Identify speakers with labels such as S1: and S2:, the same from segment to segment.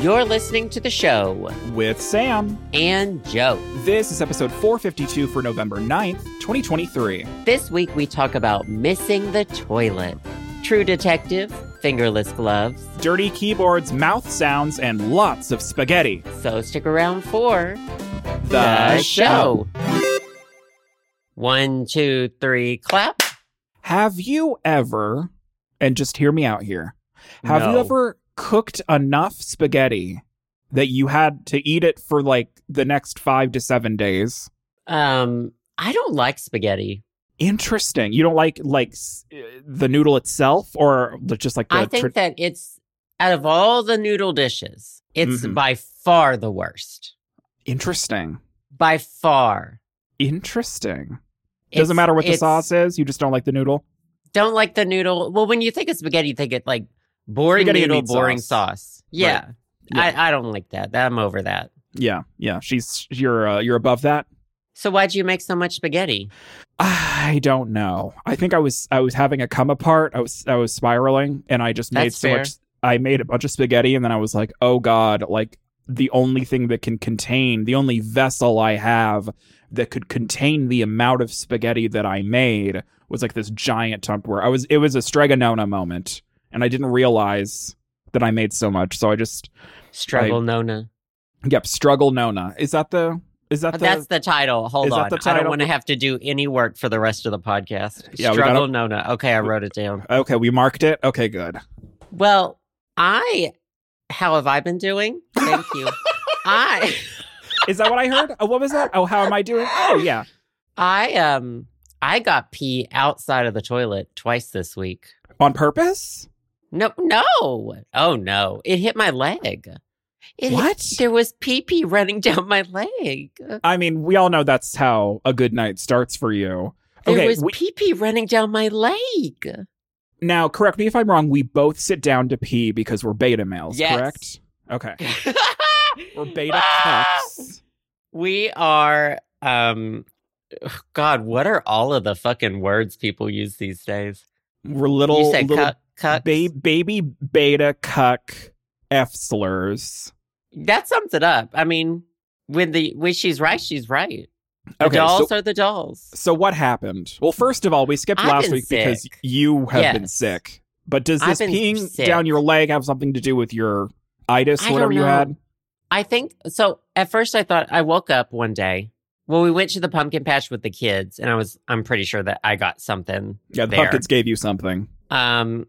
S1: You're listening to the show
S2: with Sam.
S1: and Joe.
S2: This is episode 452 for November 9th, 2023.
S1: This week we talk about missing the toilet, True Detective, fingerless gloves.
S2: Dirty keyboards, mouth sounds, and lots of spaghetti.
S1: So stick around for
S2: The,
S1: One, two, three, clap.
S2: Have you ever, and just hear me out here, have you
S1: No.
S2: ever cooked enough spaghetti that you had to eat it for like the next five to seven days?
S1: Um, I don't like spaghetti.
S2: Interesting. You don't like like s- uh, the noodle itself, or the- just like the
S1: I think
S2: tra-
S1: that it's out of all the noodle dishes, it's
S2: Mhm.
S1: by far the worst.
S2: interesting,
S1: By far.
S2: interesting.
S1: It's-
S2: Doesn't matter what the
S1: it's-
S2: sauce is. You just don't like the noodle.
S1: Don't like the noodle. Well, when you think of spaghetti, you think it like boring
S2: Spaghetti and
S1: noodle,
S2: meat
S1: boring sauce.
S2: sauce.
S1: Yeah.
S2: Yeah.
S1: I, I don't like that. I'm over that.
S2: Yeah, yeah. She's you're uh, you're above that.
S1: So why'd you make so much spaghetti?
S2: I don't know. I think I was I was having a come apart. I was I was spiraling, and I just made
S1: That's
S2: so
S1: fair.
S2: much. I made a bunch of spaghetti, and then I was like, oh god, like the only thing that can contain the only vessel I have that could contain the amount of spaghetti that I made was like this giant Tupperware. I was it was a stregonona moment, and I didn't realize that I made so much. So I just
S1: Struggle Nona.
S2: yep, struggle Nona. Is that the is that the
S1: Uh, That's the title. Hold
S2: Is that
S1: on.
S2: the
S1: I don't
S2: title?
S1: want to have to do any work for the rest of the podcast.
S2: Yeah, we
S1: Struggle Nona. Okay, I wrote it down.
S2: okay? We marked it. Okay, good.
S1: Well, I how have I been doing? Thank you. I
S2: Is that what I heard? Oh, what was that? Oh, how am I doing? Oh, yeah.
S1: I um I got pee outside of the toilet twice this week.
S2: On purpose?
S1: No, no. Oh no. It hit my leg. It hit-
S2: What?
S1: there was pee pee running down my leg.
S2: I mean, we all know that's how a good night starts for you.
S1: There
S2: Okay,
S1: was
S2: we-
S1: pee pee running down my leg.
S2: Now, correct me if I'm wrong, we both sit down to pee because we're beta males,
S1: Yes.
S2: correct? Okay. We're beta
S1: Ah!
S2: cucks.
S1: We are um God, what are all of the fucking words people use these days?
S2: We're little,
S1: you said
S2: little
S1: cuck, cucks.
S2: ba- baby beta cuck F slurs.
S1: That sums it up. I mean, when the when she's right, she's right. The
S2: Okay,
S1: dolls
S2: so,
S1: are the dolls.
S2: so what happened? Well, first of all, we skipped
S1: I've
S2: last
S1: been
S2: week because
S1: sick.
S2: you have been
S1: Yes.
S2: sick. But does
S1: I've
S2: this
S1: been
S2: peeing
S1: sick.
S2: down your leg have something to do with your itis,
S1: I don't
S2: whatever you
S1: know.
S2: had?
S1: I think so. At first, I thought I woke up one day. Well, we went to the pumpkin patch with the kids, and I was I'm pretty sure that I got something.
S2: Yeah, the
S1: there.
S2: pumpkins gave you something.
S1: Um,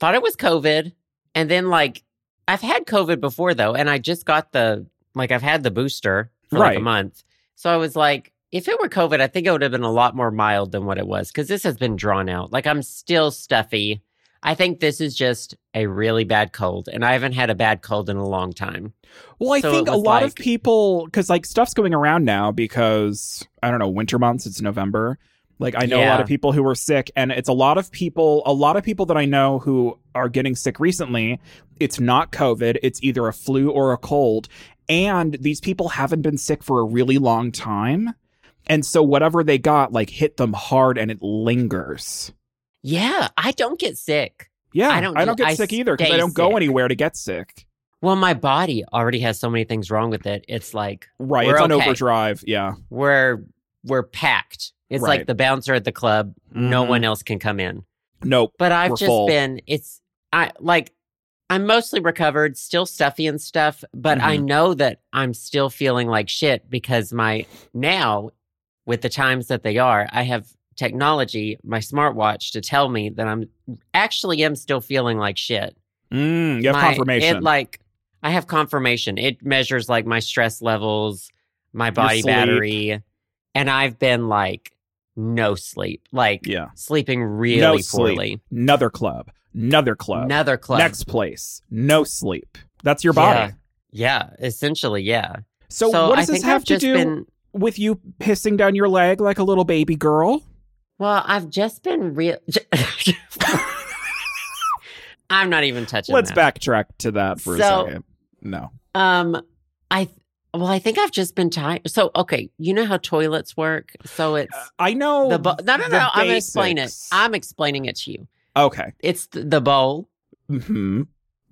S1: thought it was COVID, and then like I've had COVID before though, and I just got the like I've had the booster for like a
S2: Right.
S1: month, so I was like, if it were COVID, I think it would have been a lot more mild than what it was because this has been drawn out. Like I'm still stuffy. I think this is just a really bad cold, and I haven't had a bad cold in a long time.
S2: Well, I
S1: So it
S2: think a
S1: was
S2: lot of
S1: like-
S2: people, because like stuff's going around now because I don't know, winter months, it's November. Like I know a lot
S1: Yeah.
S2: of people who are sick, and it's a lot of people, a lot of people that I know who are getting sick recently. It's not COVID, it's either a flu or a cold. And these people haven't been sick for a really long time. And so whatever they got, like hit them hard and it lingers.
S1: Yeah, I don't get sick.
S2: Yeah.
S1: I don't do-
S2: get
S1: I
S2: sick either because
S1: stay
S2: I don't go
S1: sick.
S2: anywhere to get sick.
S1: Well, my body already has so many things wrong with it. It's like
S2: Right.
S1: We're
S2: it's on
S1: okay.
S2: overdrive. Yeah.
S1: we're we're packed. It's like
S2: Right.
S1: the bouncer at the club. No
S2: Mhm.
S1: one else can come in.
S2: Nope.
S1: But I've
S2: We're
S1: just
S2: full.
S1: been it's I like I'm mostly recovered, still stuffy and stuff, but I
S2: Mhm.
S1: know that I'm still feeling like shit because my now with the times that they are, I have technology, my smartwatch to tell me that I'm actually am still feeling like shit.
S2: Mm, you have
S1: my-
S2: confirmation.
S1: It like I have confirmation. It measures like my stress levels, my body
S2: sleep.
S1: battery, and I've been like no sleep, like
S2: yeah.
S1: sleeping really
S2: sleep.
S1: poorly.
S2: Another club. Another club.
S1: Another club.
S2: Next place. No sleep. That's your body.
S1: Yeah, essentially, yeah.
S2: So, what does
S1: I
S2: this
S1: think
S2: have
S1: I've
S2: to
S1: just
S2: do
S1: been
S2: with you pissing down your leg like a little baby girl?
S1: well, I've just been real. I'm not even touching.
S2: Let's
S1: that.
S2: backtrack to that for
S1: So-
S2: a second. No.
S1: Um, I well, I think I've just been tired. So okay, you know how toilets work. So it's
S2: Uh, I know.
S1: the bowl. No, no, no.
S2: the
S1: I'm gonna explain it.
S2: basics.
S1: I'm explaining it to you.
S2: okay.
S1: It's th- the bowl,
S2: hmm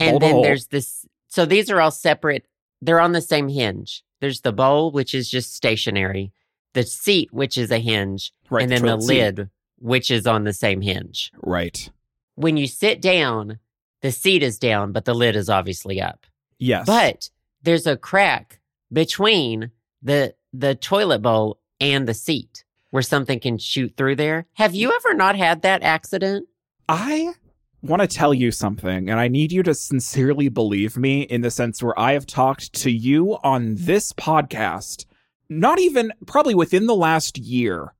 S1: and
S2: Bowl to
S1: then
S2: hole.
S1: there's this So these are all separate. They're on the same hinge. There's the bowl, which is just stationary, the seat, which is a hinge,
S2: Right.
S1: and then the
S2: toilet seat.
S1: lid, which is on the same hinge.
S2: Right.
S1: When you sit down, the seat is down, but the lid is obviously up.
S2: Yes.
S1: But there's a crack between the the toilet bowl and the seat where something can shoot through there. Have you ever not had that accident?
S2: I want to tell you something, and I need you to sincerely believe me in the sense where I have talked to you on this podcast, not even probably within the last year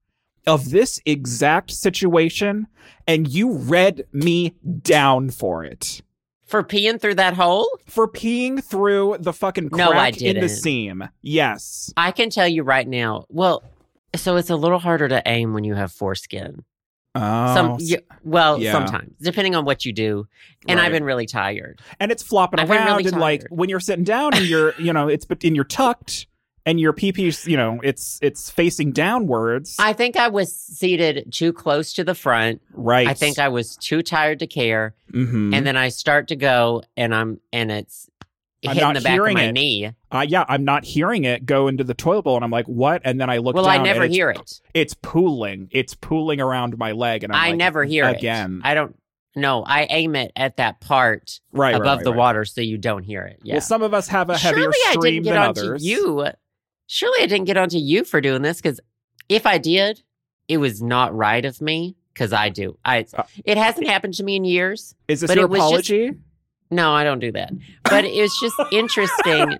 S2: of this exact situation, and you read me down for it.
S1: For peeing through that hole?
S2: For peeing through the fucking crack
S1: No, I
S2: in the
S1: didn't.
S2: seam. Yes.
S1: I can tell you right now. Well, so it's a little harder to aim when you have foreskin.
S2: Oh,
S1: Some y- well,
S2: yeah.
S1: sometimes, depending on what you do. And I've
S2: right.
S1: been really tired.
S2: and it's flopping
S1: I've been
S2: around
S1: really
S2: and like
S1: tired.
S2: when you're sitting down and you're you know it's but and you're tucked and your pee pee's you know it's it's facing downwards
S1: I think I was seated too close to the front.
S2: right
S1: I think I was too tired to care.
S2: Mhm.
S1: and then I start to go, and I'm and it's
S2: I'm
S1: hitting
S2: not
S1: the back of
S2: hearing
S1: my
S2: it.
S1: knee.
S2: uh, yeah i'm not hearing it go into the toilet bowl and i'm like what and then i look
S1: Well,
S2: down
S1: I never
S2: and it's,
S1: hear it.
S2: it's pooling it's pooling around my leg and I'm
S1: I
S2: like,
S1: never hear
S2: again.
S1: it I don't. No, I aim it at that part
S2: right right,
S1: above
S2: right,
S1: the
S2: right.
S1: water, so you don't hear it. Yeah.
S2: well some of us have a heavier
S1: Surely I didn't
S2: stream
S1: get
S2: than
S1: onto
S2: others
S1: you. Surely I didn't get onto you for doing this because if I did, it was not right of me because I do. I
S2: Uh,
S1: it hasn't happened to me in years.
S2: is this
S1: But
S2: your
S1: it was just-
S2: apology
S1: No, I don't do that. But it's just interesting.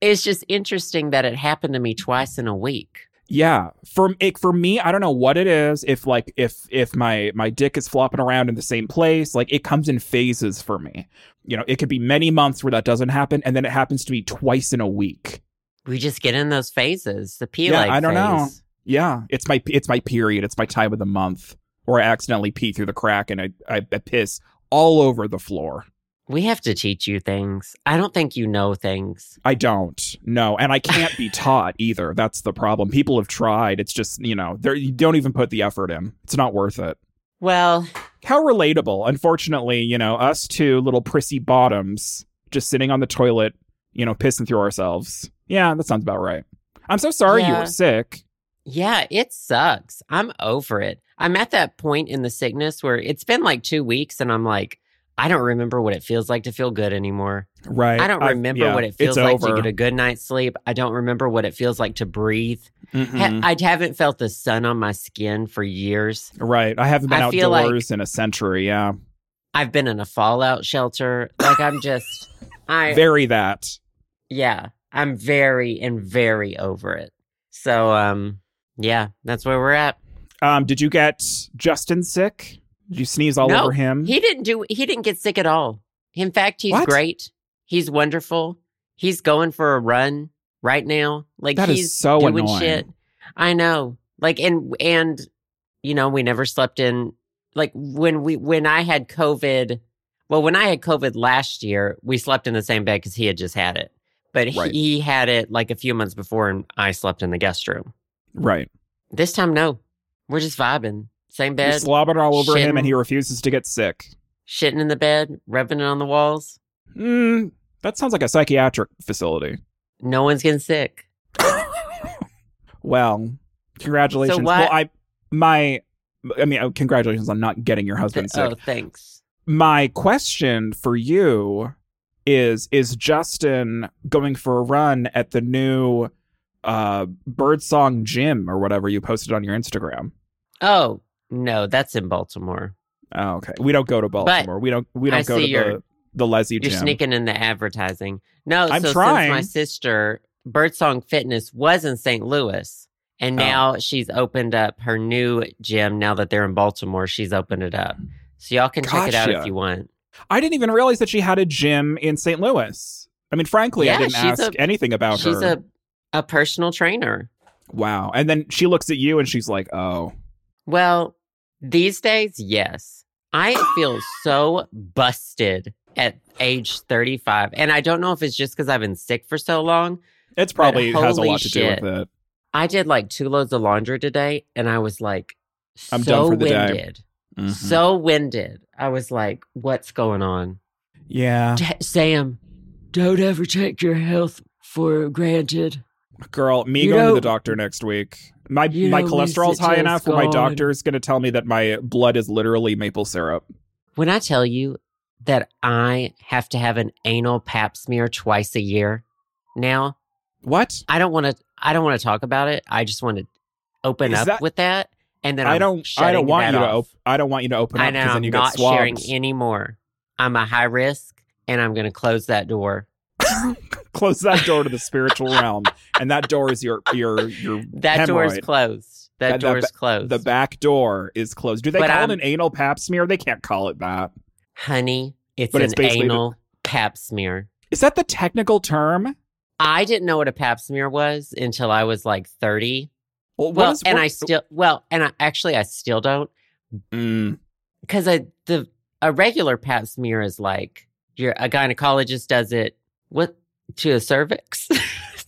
S1: It's just interesting that it happened to me twice in a week.
S2: Yeah, for it, for me, I don't know what it is. If like if if my my dick is flopping around in the same place, like it comes in phases for me. You know, it could be many months where that doesn't happen, and then it happens to me twice in a week.
S1: We just get in those phases. The pee
S2: Yeah,
S1: leg
S2: I don't know.
S1: phase.
S2: Yeah, it's my it's my period. It's my time of the month where I accidentally pee through the crack and I I, I piss all over the floor.
S1: We have to teach you things. I don't think you know things.
S2: I don't no, and I can't be taught either. That's the problem. People have tried. It's just you know they you don't even put the effort in. It's not worth it.
S1: Well,
S2: how relatable. Unfortunately, you know, us two little prissy bottoms just sitting on the toilet, you know, pissing through ourselves. Yeah, that sounds about right. I'm so sorry you
S1: Yeah.
S2: were sick.
S1: yeah, it sucks. I'm over it. I'm at that point in the sickness where it's been like two weeks and I'm like, I don't remember what it feels like to feel good anymore.
S2: Right.
S1: I don't
S2: I've-
S1: remember
S2: yeah,
S1: what it
S2: it's
S1: feels like
S2: over.
S1: to get a good night's sleep. I don't remember what it feels like to breathe. Ha-
S2: Mhm.
S1: I haven't felt the sun on my skin for years.
S2: Right. I haven't been
S1: I feel like-
S2: outdoors in a century. Yeah.
S1: I've been in a fallout shelter. Like I'm just I
S2: Very that.
S1: yeah, I'm very and very over it. So um yeah, that's where we're at.
S2: Um, did you get Justin sick? Did you sneeze all
S1: No,
S2: over him?
S1: He didn't do he didn't get sick at all. In fact, he's
S2: Mm-hmm. What?
S1: great. He's wonderful. He's going for a run right now. Like
S2: That is
S1: he's
S2: so
S1: doing
S2: annoying.
S1: shit. I know. Like and and you know, we never slept in like when we when I had COVID well, when I had COVID last year, we slept in the same bed because he had just had it. But
S2: Right.
S1: he had it like a few months before and I slept in the guest room.
S2: right.
S1: This time, no. We're just vibing. Same
S2: You
S1: bed,
S2: slobbered all over him
S1: shitting.
S2: and he refuses to get sick.
S1: shitting in the bed, rubbing it on the walls.
S2: Mm, that sounds like a psychiatric facility.
S1: No one's getting sick.
S2: Well, congratulations.
S1: So what-
S2: well, I my I mean, uh, congratulations on not getting your husband
S1: Th-
S2: sick.
S1: oh, thanks.
S2: My question for you is is Justin going for a run at the new uh Birdsong Gym or whatever you posted on your Instagram?
S1: Oh, no, that's in Baltimore.
S2: Oh, okay. We don't go to Baltimore. we don't we
S1: I
S2: don't go to
S1: see your-
S2: the the Leslie
S1: You're
S2: gym.
S1: sneaking in the advertising. No,
S2: I'm
S1: so
S2: trying.
S1: since my sister, Birdsong Fitness, was in St. Louis, and
S2: Oh.
S1: now she's opened up her new gym. Now that they're in Baltimore, she's opened it up. So y'all can check it out if
S2: Gotcha.
S1: you want.
S2: I didn't even realize that she had a gym in St. Louis. I mean, frankly, I
S1: Yeah,
S2: didn't
S1: she's
S2: ask
S1: a-
S2: anything about
S1: She's
S2: her.
S1: a, a personal trainer.
S2: wow. And then she looks at you and she's like, "Oh,
S1: Well, these days, yes. I feel so busted at age 35. And I don't know if it's just because I've been sick for so long.
S2: It's probably
S1: But
S2: has a
S1: holy
S2: lot to
S1: shit.
S2: do with it.
S1: I did like two loads of laundry today and I was like,
S2: I'm
S1: so
S2: done for the day.
S1: winded.
S2: Mhm.
S1: So winded. I was like, what's going on?
S2: Ah. yeah,
S1: T- Sam,
S3: Don't ever take your health for granted.
S2: Girl, me
S3: You
S2: going to the
S3: know-
S2: doctor next week. My
S3: You
S2: my
S3: know,
S2: cholesterol's
S3: Lisa,
S2: high
S3: just
S2: enough where my
S3: gone.
S2: doctor's going to tell me that my blood is literally maple syrup.
S1: When I tell you that I have to have an anal pap smear twice a year now,
S2: What?
S1: I don't want to. I don't want to talk about it. I just want to open
S2: Is
S1: up
S2: that-
S1: with that, and then
S2: I
S1: I'm
S2: don't I
S1: shutting
S2: don't want
S1: that
S2: you to
S1: off.
S2: op- I don't want you to open
S1: I
S2: up
S1: know
S2: because
S1: I'm
S2: then you
S1: not
S2: get swabbed.
S1: sharing anymore. I'm a high risk, and I'm going to close that door.
S2: Close that door to the spiritual realm, and that door is your your your
S1: That door is
S2: Hemorrhoid.
S1: closed. That
S2: That- the
S1: door is
S2: ba-
S1: closed.
S2: the back door is closed. Do they
S1: But
S2: call
S1: I'm-
S2: it an anal pap smear? They can't call it that.
S1: Honey, it's
S2: But
S1: an
S2: it's basically the-
S1: anal pap smear.
S2: Is that the technical term?
S1: I didn't know what a pap smear was until I was like 30.
S2: Well, what
S1: Well,
S2: is-
S1: and
S2: what-
S1: I still, well, and I actually, I still don't
S2: Mm,
S1: because I, the, a regular pap smear is like your, a gynecologist does it with, to a cervix.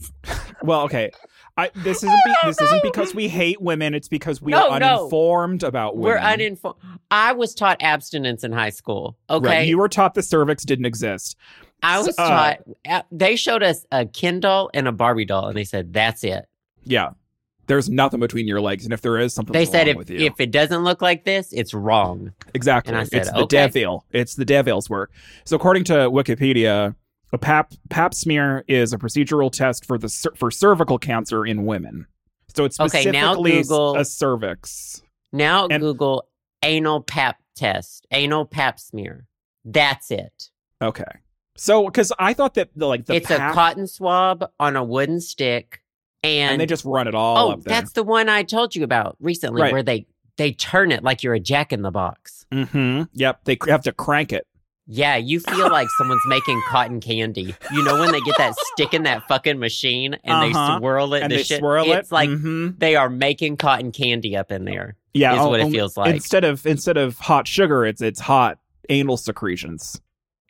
S2: well, okay. I, this isn't be, this isn't because we hate women. It's because we
S1: No,
S2: are
S1: no.
S2: uninformed about women.
S1: We're uninformed. I was taught abstinence in high school. Okay.
S2: Right. You were taught the cervix didn't exist.
S1: I was
S2: Uh,
S1: taught. uh, They showed us a Ken doll and a Barbie doll, and they said that's it.
S2: Yeah. There's nothing between your legs, and if there is something,
S1: They said
S2: wrong
S1: if
S2: with you.
S1: if it doesn't look like this, it's wrong.
S2: Exactly.
S1: And I said,
S2: it's the
S1: "Okay."
S2: devil. It's the devil's work. So according to Wikipedia, a pap pap smear is a procedural test for the cer- for cervical cancer in women. So it's
S1: Okay,
S2: specifically
S1: now Google-
S2: a cervix.
S1: Now
S2: And-
S1: Google anal pap test, anal pap smear. That's it.
S2: Okay. So because I thought that the, like the
S1: it's
S2: pap-
S1: a cotton swab on a wooden stick, and,
S2: and, they just run it all
S1: oh,
S2: up there.
S1: that's the one I told you about recently,
S2: Right.
S1: where they they turn it like you're a jack in the box.
S2: Mm-hmm. Yep. They cr- have to crank it.
S1: Yeah, you feel like someone's making cotton candy. You know when they get that stick in that fucking machine and
S2: Uh-huh.
S1: they swirl it
S2: And
S1: the
S2: they
S1: shit-
S2: swirl it.
S1: It's like
S2: Mhm.
S1: they are making cotton candy up in there.
S2: yeah, oh,
S1: is what it
S2: only-
S1: feels like.
S2: Instead of instead of hot sugar, it's it's hot anal secretions.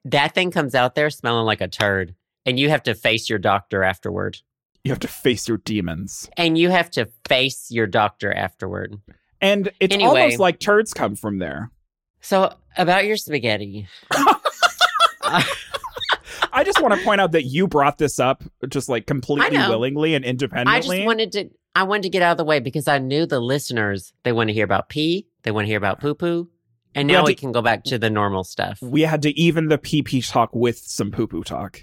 S1: That thing comes out there smelling like a turd, and you have to face your doctor afterward.
S2: You have to face your demons.
S1: And you have to face your doctor afterward.
S2: And it's
S1: Anyway.
S2: almost like turds come from there.
S1: So about your spaghetti,
S2: I just want to point out that you brought this up just like completely
S1: know.
S2: willingly and
S1: I
S2: independently.
S1: just wanted to I wanted to get out of the way because I knew the listeners they want to hear about pee, they want to hear about poo poo, and
S2: We
S1: now
S2: have
S1: we
S2: to-
S1: can go back to the normal stuff.
S2: we had to even the pee pee talk with some poo poo talk.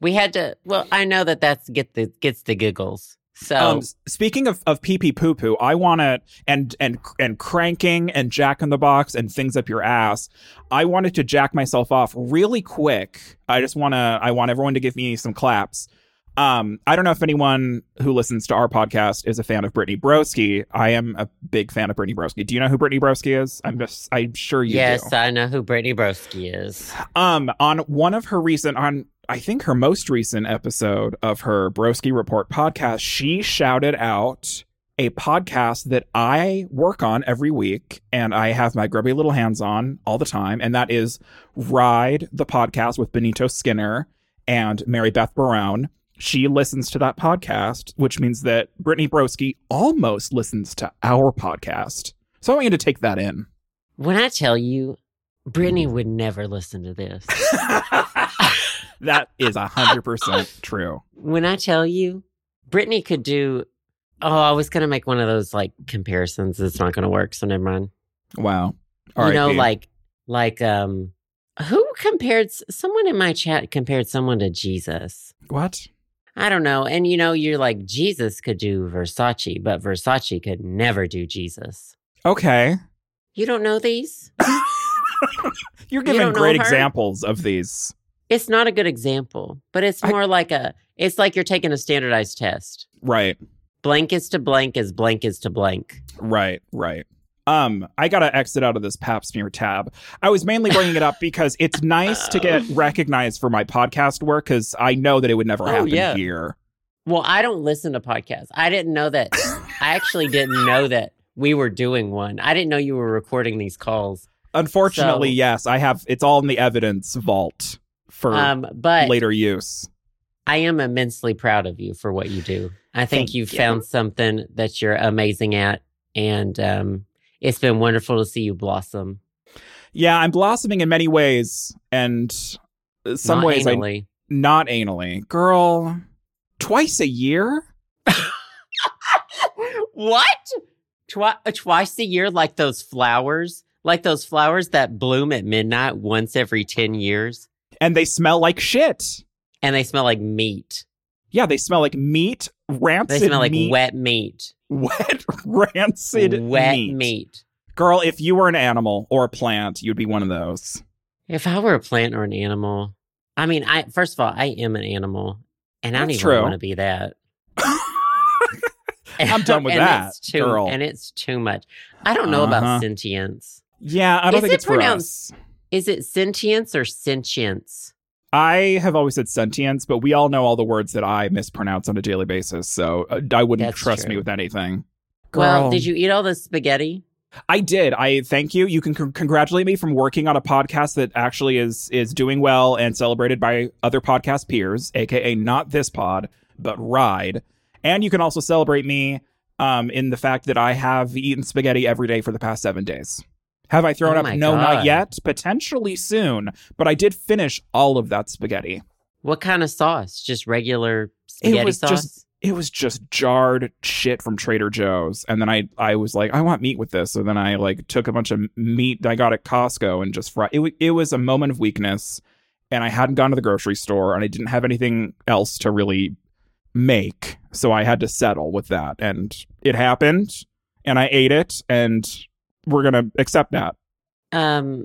S1: We had to. Well, I know that that's get the gets the giggles. So
S2: Um, s- speaking of, of pee pee poo poo, I want to and and and cranking and jack in the box and things up your ass. I wanted to jack myself off really quick. I just want to. I want everyone to give me some claps. Um, I don't know if anyone who listens to our podcast is a fan of Brittany Broski. I am a big fan of Brittany Broski. Do you know who Brittany Broski is? I'm just. I'm sure you
S1: yes,
S2: do.
S1: I know who Brittany Broski is.
S2: Um, on one of her recent, on I think her most recent episode of her Broski Report podcast, she shouted out a podcast that I work on every week and I have my grubby little hands on all the time. And that is Ride the Podcast with Benito Skinner and Mary Beth Barone. She listens to that podcast, which means that Brittany Broski almost listens to our podcast. So I want you to take that in.
S1: When I tell you,
S2: Mm.
S1: Brittany would never listen to this.
S2: that is a hundred percent true.
S1: When I tell you, Brittany could do. Oh, I was gonna make one of those like comparisons. It's not gonna work, so never mind.
S2: Wow.
S1: you know,
S2: R.I.P..
S1: like like um, who compared s- someone in my chat compared someone to Jesus?
S2: what?
S1: I don't know. And you know, you're like Jesus could do Versace, but Versace could never do Jesus.
S2: Okay,
S1: You don't know these?
S2: you're
S1: You
S2: giving
S1: don't know
S2: great
S1: her?
S2: examples of these.
S1: It's not a good example, but it's
S2: I-
S1: more like a it's like you're taking a standardized test.
S2: Right,
S1: Blank is to blank is blank is to blank.
S2: right, right. Um, I gotta exit out of this pap smear tab. I was mainly bringing it up because it's nice to get recognized for my podcast work because I know that it would never
S1: Um. Oh,
S2: happen
S1: yeah.
S2: here.
S1: Well, I don't listen to podcasts. I didn't know that I actually didn't know that we were doing one. I didn't know you were recording these calls.
S2: Unfortunately,
S1: So-
S2: yes, I have. It's all in the evidence vault for
S1: Um, but
S2: later use.
S1: I am immensely proud of you for what you do. I think
S2: Thank
S1: you've
S2: you.
S1: found something that you're amazing at, and um, it's been wonderful to see you blossom.
S2: Yeah, I'm blossoming in many ways, and uh, some
S1: Not
S2: ways I
S1: anally.
S2: not anally. Girl, twice a year?
S1: what? Twi- uh, twice a year, like those flowers, like those flowers that bloom at midnight once every 10 years,
S2: And they smell like shit.
S1: and they smell like meat.
S2: Yeah, they smell like meat,
S1: They
S2: rancid
S1: smell like
S2: meat,
S1: wet meat.
S2: wet rancid
S1: wet
S2: meat.
S1: meat.
S2: Girl, if you were an animal or a plant, you'd be one of those.
S1: If I were a plant or an animal, I mean, I first of all, I am an animal, and I don't
S2: That's
S1: even
S2: true.
S1: want to be that.
S2: I'm done with
S1: And
S2: that,
S1: it's too,
S2: girl.
S1: And it's too much. I don't know
S2: Uh-huh.
S1: about sentience.
S2: Yeah, I don't
S1: Is
S2: think
S1: it
S2: it's for
S1: pronounced-
S2: us.
S1: Is it sentience or sentience?
S2: I have always said sentience, but we all know all the words that I mispronounce on a daily basis, so uh, I wouldn't
S1: That's
S2: trust
S1: true.
S2: me with anything.
S1: Well,
S2: Girl.
S1: did you eat all the spaghetti?
S2: I did. I thank you. You can con- congratulate me from working on a podcast that actually is is doing well and celebrated by other podcast peers, aka not this pod, but Ride. And you can also celebrate me um, in the fact that I have eaten spaghetti every day for the past seven days. Have I thrown
S1: Oh
S2: up?
S1: my
S2: No, not
S1: God.
S2: yet. Potentially soon, but I did finish all of that spaghetti.
S1: What kind of sauce? Just regular spaghetti
S2: was
S1: sauce?
S2: just- it was just jarred shit from Trader Joe's. And then I I was like, I want meat with this. So then I like took a bunch of meat that I got at Costco and just fried. It, wa- it was a moment of weakness. And I hadn't gone to the grocery store and I didn't have anything else to really make. So I had to settle with that. And it happened. And I ate it. And we're going to accept that.
S1: um,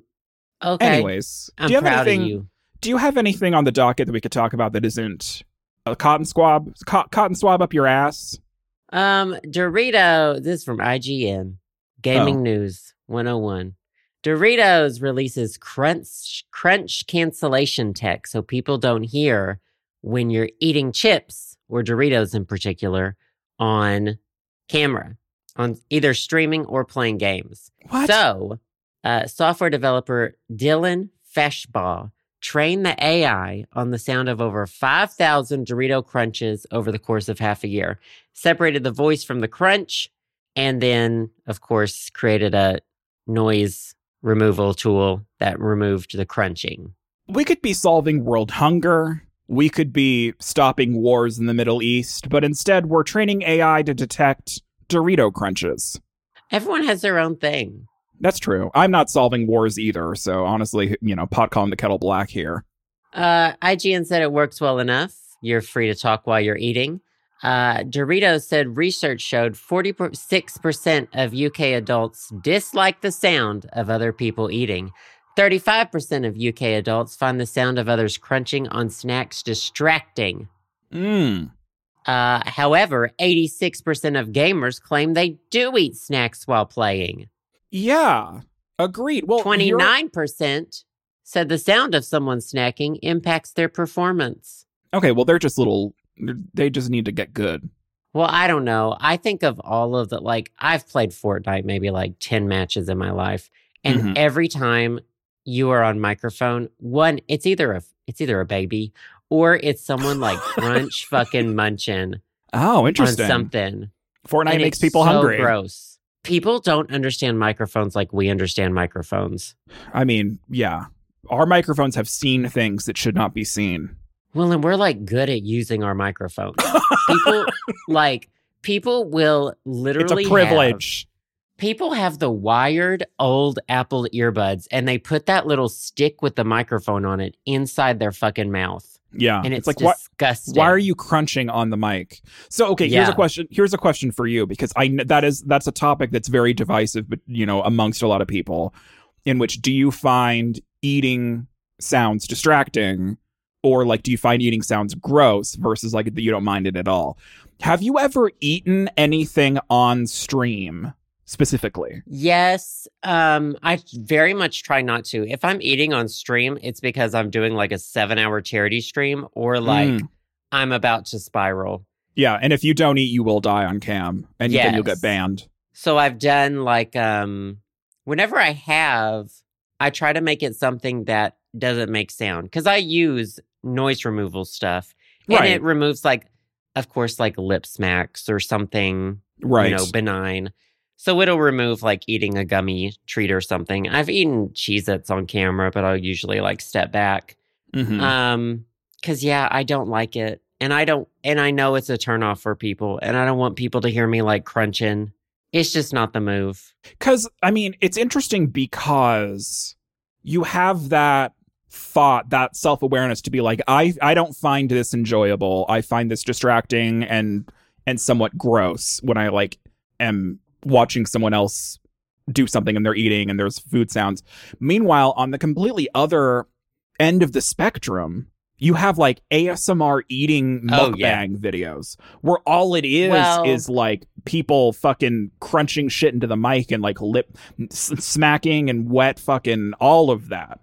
S1: okay.
S2: Anyways,
S1: I'm
S2: do you have
S1: proud
S2: anything?
S1: of you.
S2: Do you have anything on the docket that we could talk about that isn't a cotton swab? Co- cotton swab up your ass?
S1: Um, Dorito, this is from IGN, Gaming News 101. Doritos releases crunch crunch cancellation tech so people don't hear when you're eating chips or Doritos in particular on camera on either streaming or playing games.
S2: What?
S1: So, uh, software developer Dylan Feshbaugh trained the AI on the sound of over 5,000 Dorito crunches over the course of half a year, separated the voice from the crunch, and then, of course, created a noise removal tool that removed the crunching.
S2: we could be solving world hunger. We could be stopping wars in the Middle East, but instead we're training AI to detect Dorito crunches.
S1: Everyone has their own thing.
S2: That's true. I'm not solving wars either, so honestly, you know, pot calling the kettle black here.
S1: Uh, IGN said it works well enough. You're free to talk while you're eating. Uh, Doritos said research showed 46% of UK adults dislike the sound of other people eating. 35% of UK adults find the sound of others crunching on snacks distracting.
S2: Mm.
S1: Uh, however, 86% of gamers claim they do eat snacks while playing.
S2: Yeah. Agreed. Well, you're-
S1: 29% said the sound of someone snacking impacts their performance.
S2: Okay, well, they're just little. They just need to get good.
S1: Well, I don't know. I think of all of the like I've played Fortnite maybe like 10 matches in my life and
S2: Mhm.
S1: every time you are on microphone, one it's either a it's either a baby or it's someone like crunch fucking munching
S2: Oh,
S1: on
S2: interesting.
S1: something.
S2: Fortnite
S1: And
S2: makes
S1: it's
S2: people
S1: so
S2: hungry.
S1: Gross. People don't understand microphones like we understand microphones.
S2: I mean, yeah. Our microphones have seen things that should not be seen.
S1: Well, and we're like good at using our microphones. people like people will
S2: It's a
S1: literally have-
S2: privilege.
S1: People have the wired old Apple earbuds and they put that little stick with the microphone on it inside their fucking mouth.
S2: Yeah.
S1: And it's,
S2: like, what?
S1: disgusting.
S2: Why are you crunching on the mic? So okay, here's a
S1: Yeah.
S2: question. Here's a question for you because I kn- that is that's a topic that's very divisive, but you know, amongst a lot of people, in which do you find eating sounds distracting, or like do you find eating sounds gross versus like that you don't mind it at all? Have you ever eaten anything on stream specifically?
S1: Yes. Um, I very much try not to. If I'm eating on stream, it's because I'm doing like a seven hour charity stream or like
S2: Mm.
S1: I'm about to spiral.
S2: yeah, and if you don't eat, you will die on cam, and then you'll get
S1: Yes.
S2: banned.
S1: So I've done like um whenever I have, I try to make it something that doesn't make sound because I use noise removal stuff. And
S2: Right.
S1: it removes like of course like lip smacks or something,
S2: Right.
S1: you know, benign. So it'll remove like eating a gummy treat or something. I've eaten Cheez Its on camera, but I'll usually like step back.
S2: Mhm.
S1: Um Cause yeah, I don't like it. And I don't, and I know it's a turnoff for people. And I don't want people to hear me like crunching. It's just not the move.
S2: Because, I mean, it's interesting because you have that thought, that self awareness to be like, I, I don't find this enjoyable. I find this distracting and and somewhat gross when I like am watching someone else do something and they're eating and there's food sounds. Meanwhile, on the completely other end of the spectrum, you have like ASMR eating
S1: Oh,
S2: mukbang
S1: yeah.
S2: videos where all it is
S1: Well-
S2: is like people fucking crunching shit into the mic and like lip s- smacking and wet fucking all of that.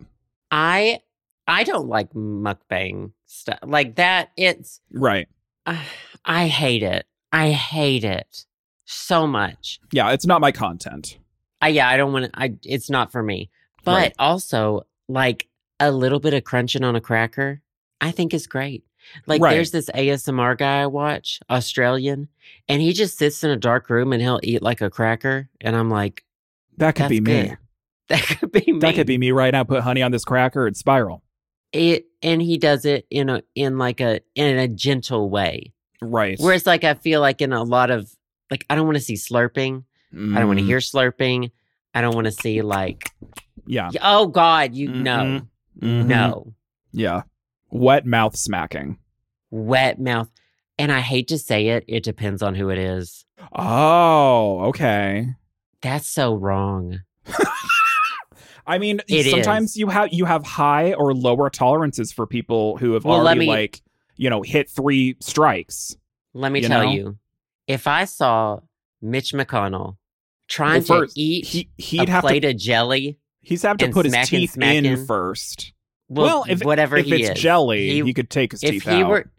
S1: I, I don't like mukbang stuff like that. It's,
S2: Right.
S1: uh, I hate it. I hate it so much.
S2: Yeah, it's not my content.
S1: I, yeah, I don't want to, I, it's not for me. But
S2: Right.
S1: also, like a little bit of crunching on a cracker, I think is great. Like
S2: Right.
S1: there's this ASMR guy I watch, Australian, and he just sits in a dark room and he'll eat like a cracker. And I'm like,
S2: That could
S1: That's
S2: be me.
S1: good. that could be me.
S2: That could be me right now. Put honey on this cracker and spiral.
S1: it. And he does it in a in like a in a gentle way.
S2: Right.
S1: Whereas like I feel like in a lot of like I don't want to see slurping. I don't want to
S2: Mm,
S1: hear slurping. I don't want to see like
S2: Yeah.
S1: oh God, you
S2: Mm-hmm.
S1: know,
S2: Mhm.
S1: no.
S2: Yeah. Wet mouth smacking.
S1: wet mouth. And I hate to say it, it depends on who it is.
S2: Oh, okay.
S1: That's so wrong.
S2: I mean,
S1: It
S2: sometimes
S1: is.
S2: you have you have high or lower tolerances for people who have
S1: Well, let
S2: already
S1: me-
S2: like you know hit three strikes.
S1: Let me
S2: You
S1: tell
S2: know?
S1: you, if I saw Mitch McConnell trying
S2: Well, first,
S1: to eat
S2: He
S1: a
S2: he'd have
S1: plate
S2: to
S1: of jelly,
S2: he's have to
S1: and
S2: put his
S1: smack and
S2: teeth
S1: smack
S2: in
S1: in.
S2: first.
S1: well,
S2: Well, if-
S1: whatever
S2: If
S1: he
S2: it's
S1: is,
S2: jelly,
S1: he-
S2: he, could take his
S1: if
S2: teeth
S1: he
S2: out.
S1: were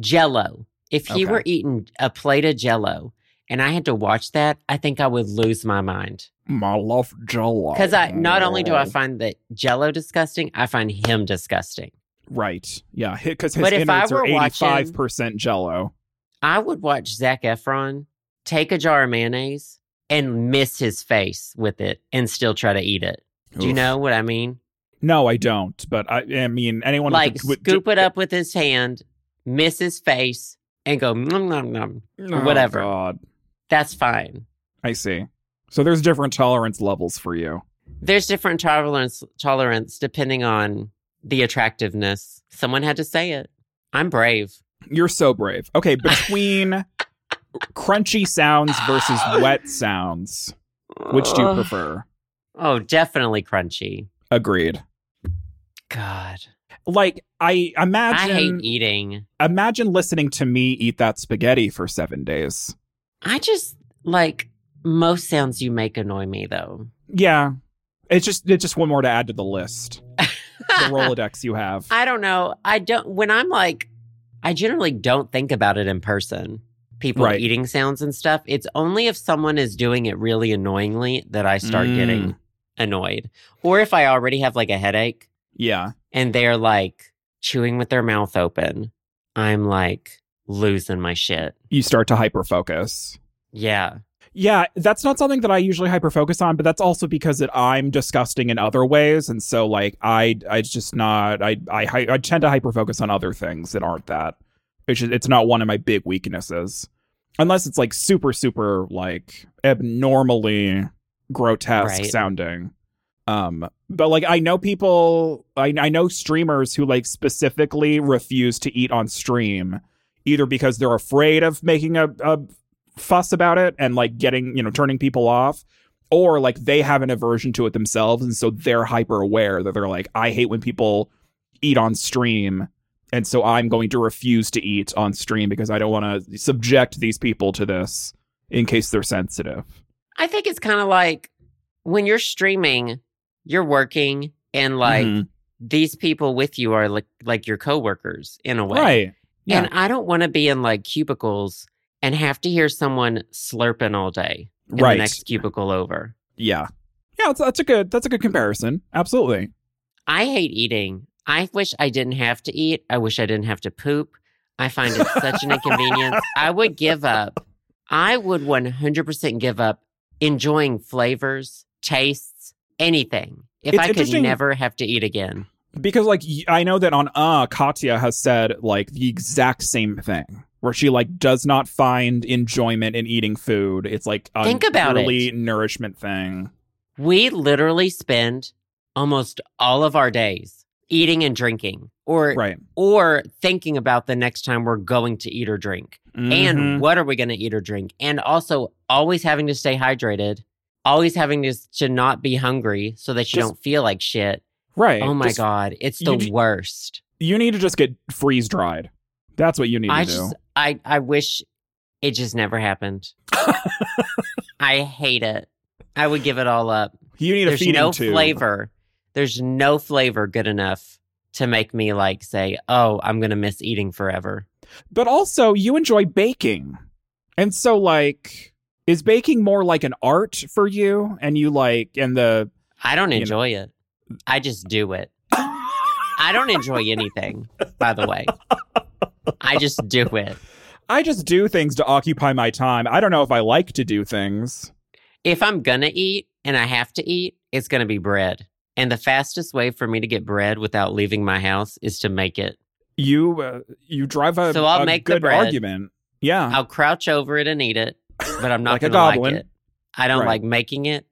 S1: jello, if he
S2: Okay.
S1: were eating a plate of jello and I had to watch that, I think I would lose my mind.
S2: My love jello.
S1: Because I not only do
S2: Oh.
S1: I find that jello disgusting, I find him disgusting.
S2: right, yeah, because his
S1: But if I
S2: innards are
S1: were watching-
S2: eighty five percent jello.
S1: I would watch Zach Efron take a jar of mayonnaise and miss his face with it and still try to eat it. Do you
S2: Oof.
S1: know what I mean?
S2: No, I don't. But I, I mean, anyone with
S1: like
S2: a- with-
S1: scoop it up with his hand, miss his face, and go nom nom nom.
S2: Oh,
S1: whatever.
S2: God.
S1: That's fine.
S2: I see. So there's different tolerance levels for you.
S1: There's different tolerance tolerance depending on the attractiveness. Someone had to say it. I'm brave.
S2: You're so brave. Okay, between crunchy sounds versus wet sounds, which do you
S1: Ugh.
S2: prefer?
S1: Oh, definitely crunchy.
S2: Agreed.
S1: God,
S2: Like I
S1: I
S2: imagine,
S1: hate eating.
S2: imagine listening to me eat that spaghetti for seven days.
S1: I just like most sounds you make annoy me though.
S2: Yeah, it's just it's just one more to add to the list. The Rolodex you have.
S1: I don't know. I don't when I'm like I generally don't think about it in person. People
S2: Right.
S1: eating sounds and stuff. It's only if someone is doing it really annoyingly that I start
S2: Mm.
S1: getting annoyed. Or if I already have like a headache
S2: yeah,
S1: and they're like chewing with their mouth open, I'm like losing my shit.
S2: you start to hyper focus.
S1: Yeah.
S2: Yeah, that's not something that I usually hyper focus on, but that's also because that I'm disgusting in other ways, and so like I, I just not I, I, hy- I tend to hyper focus on other things that aren't that. It's just, it's not one of my big weaknesses, unless it's like super super like abnormally grotesque
S1: Right.
S2: sounding. Um, but like I know people, I I know streamers who like specifically refuse to eat on stream, either because they're afraid of making a, a fuss about it and like getting you know turning people off or like they have an aversion to it themselves and so they're hyper aware that they're like i hate when people eat on stream and so i'm going to refuse to eat on stream because i don't want to subject these people to this in case they're sensitive
S1: I think it's kind of like when you're streaming, you're working and like
S2: Mhm.
S1: these people with you are like like your coworkers in a way.
S2: right yeah.
S1: And I don't want to be in like cubicles and have to hear someone slurping all day in
S2: right
S1: the next cubicle over.
S2: yeah yeah that's, that's a good that's a good comparison absolutely
S1: I hate eating. I wish I didn't have to eat. I wish I didn't have to poop. I find it such an inconvenience. I would give up. I would 100% give up enjoying flavors, tastes, anything if
S2: It's
S1: I could
S2: interesting-
S1: never have to eat again.
S2: because like y- I know that on uh Katya has said like the exact same thing where she like does not find enjoyment in eating food. It's like a
S1: Think about
S2: purely nourishment thing.
S1: We literally spend almost all of our days eating and drinking or
S2: Right.
S1: or thinking about the next time we're going to eat or drink.
S2: Mhm.
S1: And what are we going to eat or drink? And also always having to stay hydrated, always having to to not be hungry so that you
S2: Just-
S1: don't feel like shit.
S2: right.
S1: oh my
S2: Just-
S1: god, it's
S2: you
S1: the
S2: ju-
S1: worst.
S2: You need to just get freeze dried. That's what you need
S1: I
S2: to
S1: just
S2: do.
S1: I I wish it just never happened. I hate it. I would give it all up.
S2: You need a
S1: There's
S2: feeding
S1: no
S2: tube.
S1: flavor. There's no flavor good enough to make me like say, "Oh, I'm going to miss eating forever."
S2: But also, you enjoy baking. And so, like, is baking more like an art for you? And you like, and the.
S1: I don't
S2: You know-
S1: enjoy it. I just do it. I don't enjoy anything, by the way. I just do it.
S2: I just do things to occupy my time. I don't know if I like to do things.
S1: If I'm going to eat and I have to eat, it's going to be bread. And the fastest way for me to get bread without leaving my house is to make it.
S2: You uh, you drive a,
S1: So I'll
S2: a
S1: make the
S2: good
S1: bread.
S2: argument. Yeah.
S1: I'll crouch over it and eat it, but I'm not
S2: Uh-huh. Like a
S1: going to like
S2: goblin.
S1: it. I don't
S2: Right.
S1: like making it.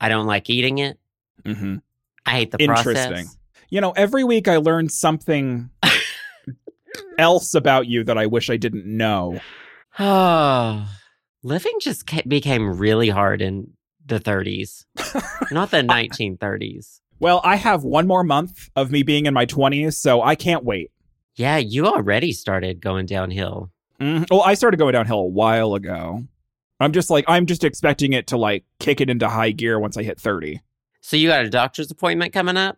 S1: I don't like eating it.
S2: hmm
S1: I hate the
S2: Interesting. You know, every week I learn something else about you that I wish I didn't know.
S1: process. Oh, living just ca- became really hard in the 30s, not the 1930s.
S2: Well, I have one more month of me being in my 20s, so I can't wait.
S1: Yeah, you already started going downhill.
S2: Mhm. Well, I started going downhill a while ago. I'm just like I'm just expecting it to like kick it into high gear once I hit 30.
S1: So you got a doctor's appointment coming up?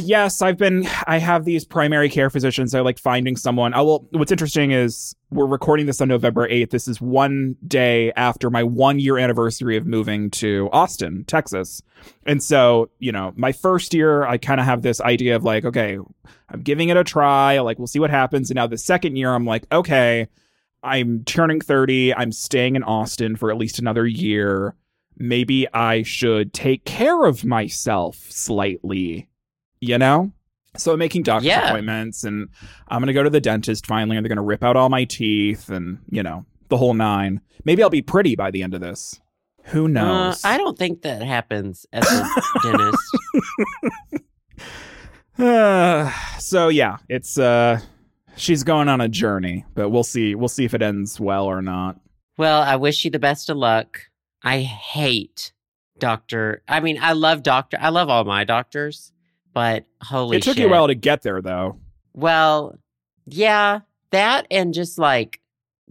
S2: yes, I've been I have these primary care physicians. I like finding someone. I will what's interesting is we're recording this on November 8th. This is one day after my 1 year anniversary of moving to Austin, Texas. And so, you know, my first year I kind of have this idea of like, okay, I'm giving it a try, like we'll see what happens. And now the second year I'm like, okay, I'm turning 30. I'm staying in Austin for at least another year. Maybe I should take care of myself slightly, you know? So I'm making doctor's
S1: Yeah.
S2: appointments and I'm going to go to the dentist finally and they're going to rip out all my teeth and, you know, the whole nine. Maybe I'll be pretty by the end of this. Who
S1: Uh,
S2: knows?
S1: I don't think that happens at the dentist.
S2: Uh, so yeah, it's uh she's going on a journey, but we'll see we'll see if it ends well or not.
S1: Well, I wish you the best of luck. I hate doctor. I mean, I love doctor. I love all my doctors, but holy
S2: it took
S1: shit.
S2: you a while to get there though.
S1: Well, yeah, that and just like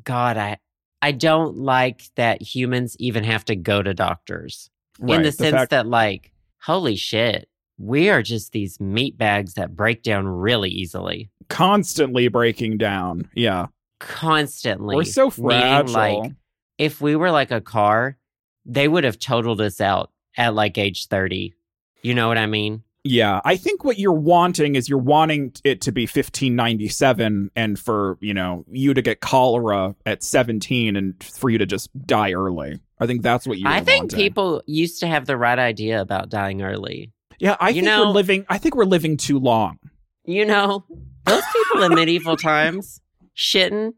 S1: God, I I don't like that humans even have to go to doctors.
S2: Right,
S1: in the, sense
S2: fact-
S1: that like holy shit we are just these meat bags that break down really easily
S2: constantly breaking down. Yeah.
S1: constantly
S2: We're so
S1: Meaning,
S2: fragile.
S1: like if we were like a car they would have totaled us out at like age 30 you know what i mean
S2: yeah, I think what you're wanting is you're wanting it to be 1597 and for, you know, you to get cholera at 17 and for you to just die early. I think that's what you
S1: i
S2: were
S1: think
S2: wanting.
S1: people used to have the right idea about dying early
S2: Yeah, I
S1: you
S2: think
S1: know-
S2: we're living I think we're living too long.
S1: you know those people in medieval times shitting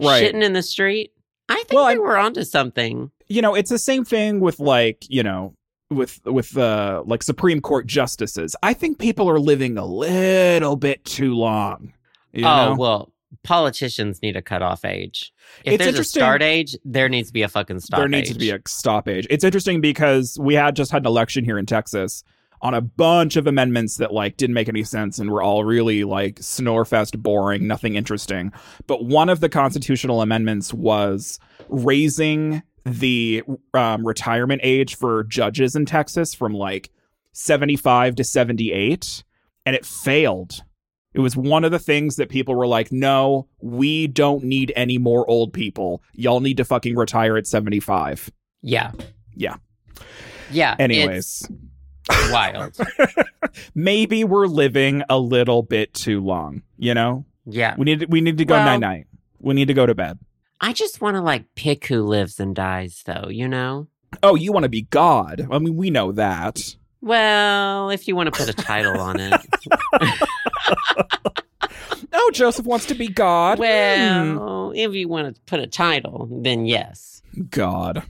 S2: Right.
S1: shitting in the street i think
S2: Well,
S1: they
S2: I'm-
S1: were onto something
S2: you know it's the same thing with like you know with with uh like supreme court justices i think people are living a little bit too long you
S1: oh
S2: know?
S1: well, politicians need a cutoff age. If
S2: It's
S1: there's a
S2: interesting-
S1: start age, there needs to be a fucking stop.
S2: there needs to be a stop age it's interesting because we had just had an election here in texas on a bunch of amendments that like didn't make any sense and were all really like snorefest boring nothing interesting but one of the constitutional amendments was raising the um, retirement age for judges in texas from like 75 to 78 and it failed it was one of the things that people were like no we don't need any more old people y'all need to fucking retire at 75
S1: yeah,
S2: Yeah.
S1: yeah.
S2: anyways
S1: it's wild.
S2: maybe we're living a little bit too long you know
S1: Yeah,
S2: we need we need to go
S1: Well-
S2: night night we need to go to bed
S1: I just want to like pick who lives and dies, though. You know,
S2: oh you want to be god i mean we know that
S1: Well, if you want to put a title on it.
S2: Oh, Joseph wants to be God. Hmm.
S1: well, if you want to put a title, then yes.
S2: God.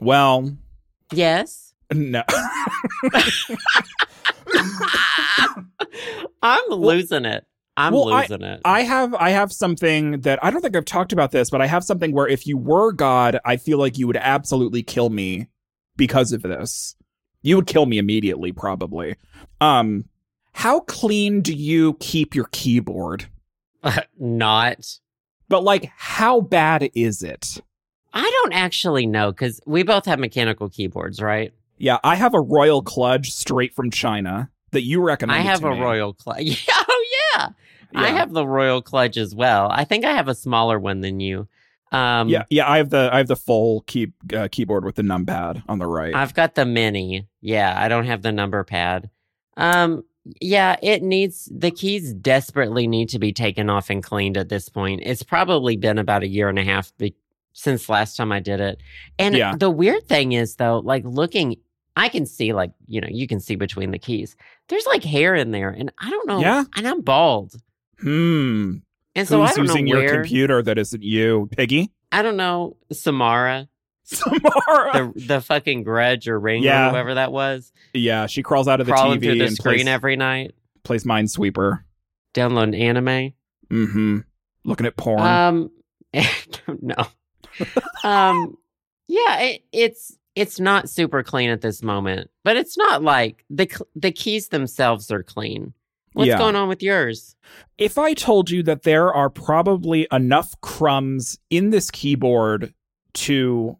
S2: Well,
S1: Yes.
S2: no.
S1: I'm losing it. I'm
S2: well, I-
S1: losing it.
S2: I have I have something that I don't think I've talked about this, but I have something where if you were God, I feel like you would absolutely kill me because of this. You would kill me immediately, probably. Um, how clean do you keep your keyboard?
S1: Not.
S2: But like, how bad is it?
S1: I don't actually know because we both have mechanical keyboards, right?
S2: Yeah, I have a royal kludge straight from China that you recommend.
S1: I have a royal clutch. oh yeah. I have the royal clutch as well. I think I have a smaller one than you. Um,
S2: yeah, yeah. I have the I have the full key uh, keyboard with the numpad on the right.
S1: I've got the mini. Yeah, I don't have the number pad. Um, yeah, it needs the keys desperately need to be taken off and cleaned at this point. It's probably been about a year and a half be- since last time I did it. And
S2: Yeah.
S1: the weird thing is though, like looking, I can see like you know you can see between the keys. There's like hair in there, and I don't know.
S2: Yeah.
S1: and I'm bald,
S2: hmm.
S1: and so I
S2: Who's
S1: don't
S2: using
S1: know where.
S2: your computer that isn't you, Piggy?
S1: I don't know Samara,
S2: Samara.
S1: the the fucking Grudge or Ring
S2: Yeah.
S1: or whoever that was,
S2: yeah, she crawls out of the
S1: crawling
S2: TV
S1: through the
S2: and
S1: screen
S2: plays,
S1: every night.
S2: plays Minesweeper.
S1: download anime.
S2: Mm-hmm. Looking at porn.
S1: Um, no. um, yeah, it, it's it's not super clean at this moment, but it's not like the cl- the keys themselves are clean. What's
S2: Yeah.
S1: going on with yours?
S2: if I told you that there are probably enough crumbs in this keyboard to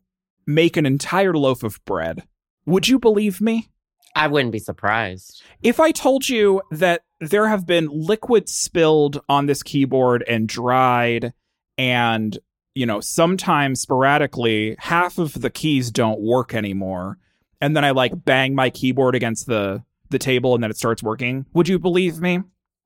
S2: make an entire loaf of bread, would you believe me?
S1: I wouldn't be surprised.
S2: If I told you that there have been liquids spilled on this keyboard and dried, and, you know, sometimes sporadically, half of the keys don't work anymore, and then I like bang my keyboard against the, the table and then it starts working, would you believe me?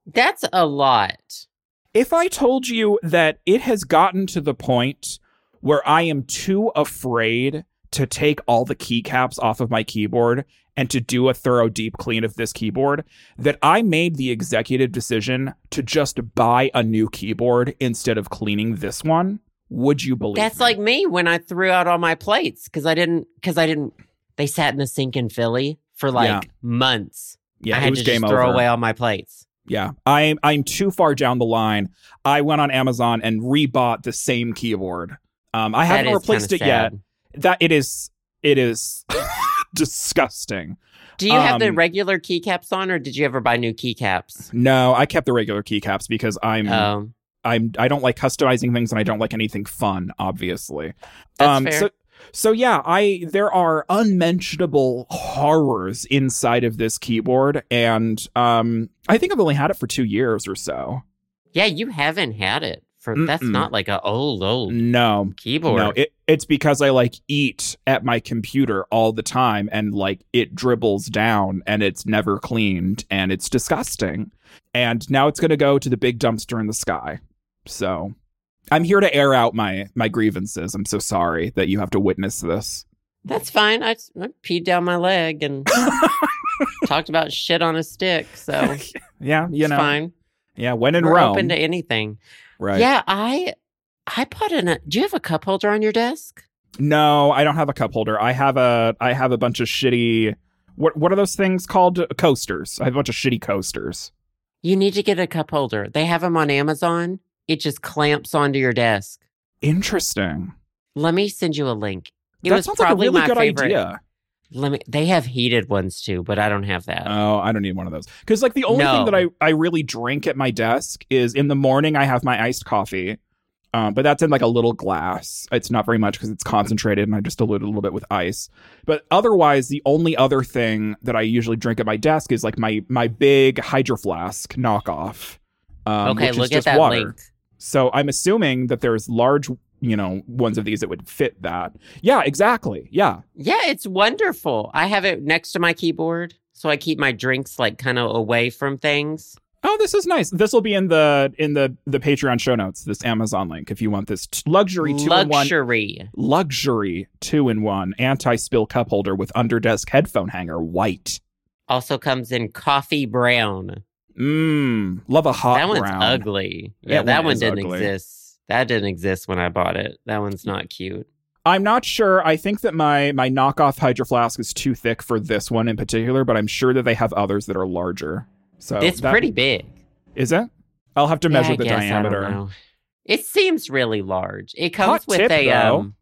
S1: That's a lot.
S2: If I told you that it has gotten to the point where I am too afraid to take all the keycaps off of my keyboard and to do a thorough deep clean of this keyboard, that I made the executive decision to just buy a new keyboard instead of cleaning this one, would you believe?
S1: That's
S2: me?
S1: like me when I threw out all my plates because I didn't because I didn't. They sat in the sink in Philly for like
S2: Yeah.
S1: months.
S2: yeah,
S1: I
S2: it
S1: had
S2: was
S1: to
S2: game
S1: just throw
S2: over.
S1: away all my plates.
S2: Yeah, I'm I'm too far down the line. I went on Amazon and rebought the same keyboard. Um, I haven't
S1: That is
S2: replaced
S1: kinda
S2: it yet.
S1: sad.
S2: that it is it is disgusting.
S1: Do you have the
S2: Um,
S1: regular keycaps on, or did you ever buy new keycaps?
S2: No, I kept the regular keycaps because I'm
S1: Um,
S2: I'm I don't like customizing things and I don't like anything fun, obviously. Um,
S1: That's fair.
S2: so so yeah, I there are unmentionable horrors inside of this keyboard and um I think I've only had it for 2 years or so.
S1: Yeah, you haven't had it for. That's
S2: Mm-mm.
S1: not like a old old
S2: No,
S1: keyboard.
S2: No, it, it's because I like eat at my computer all the time and like it dribbles down and it's never cleaned and it's disgusting. And now it's going to go to the big dumpster in the sky. So I'm here to air out my my grievances. I'm so sorry that you have to witness this.
S1: that's fine. I, s- I peed down my leg and talked about shit on a stick. So it's
S2: yeah, you know.
S1: fine.
S2: Yeah, when in
S1: We're
S2: Rome.
S1: open to anything.
S2: right.
S1: Yeah, I I put in a. Do you have a cup holder on your desk?
S2: No, I don't have a cup holder. I have a I have a bunch of shitty what what are those things called coasters? I have a bunch of shitty coasters.
S1: You need to get a cup holder. They have them on Amazon. It just clamps onto your desk.
S2: Interesting.
S1: Let me send you a link. It
S2: that
S1: was
S2: sounds like a
S1: probably
S2: really
S1: my
S2: good
S1: favorite.
S2: idea.
S1: Let me. They have heated ones too, but I don't have that.
S2: Oh, I don't need one of those. Because like the only
S1: No.
S2: thing that I, I really drink at my desk is in the morning I have my iced coffee. Um, but that's in like a little glass. It's not very much because it's concentrated and I just dilute it a little bit with ice. But otherwise, the only other thing that I usually drink at my desk is like my my big hydro flask knockoff. Um,
S1: okay,
S2: which
S1: look
S2: is just
S1: at that
S2: water.
S1: link.
S2: So I'm assuming that there's large, you know, ones of these that would fit that. Yeah, exactly. Yeah.
S1: Yeah, it's wonderful. I have it next to my keyboard, so I keep my drinks like kind of away from things.
S2: Oh, this is nice. This will be in the in the the Patreon show notes. This Amazon link if you want this t- luxury two in one
S1: Luxury.
S2: luxury two in one anti spill cup holder with under desk headphone hanger white.
S1: Also comes in coffee brown.
S2: Mmm. Love a hot
S1: that one's
S2: brown.
S1: ugly. Yeah,
S2: That
S1: that,
S2: one
S1: one,
S2: is
S1: didn't
S2: ugly.
S1: exist. That didn't exist when I bought it. That one's not cute.
S2: I'm not sure. I think that my my knockoff Hydro Flask is too thick for this one in particular, but I'm sure that they have others that are larger. So
S1: it's
S2: that-
S1: pretty big.
S2: Is it? I'll have to measure
S1: Yeah, I
S2: the
S1: guess. I don't
S2: diameter.
S1: know. It seems really large. It comes
S2: Hot
S1: with
S2: tip,
S1: a
S2: though.
S1: um,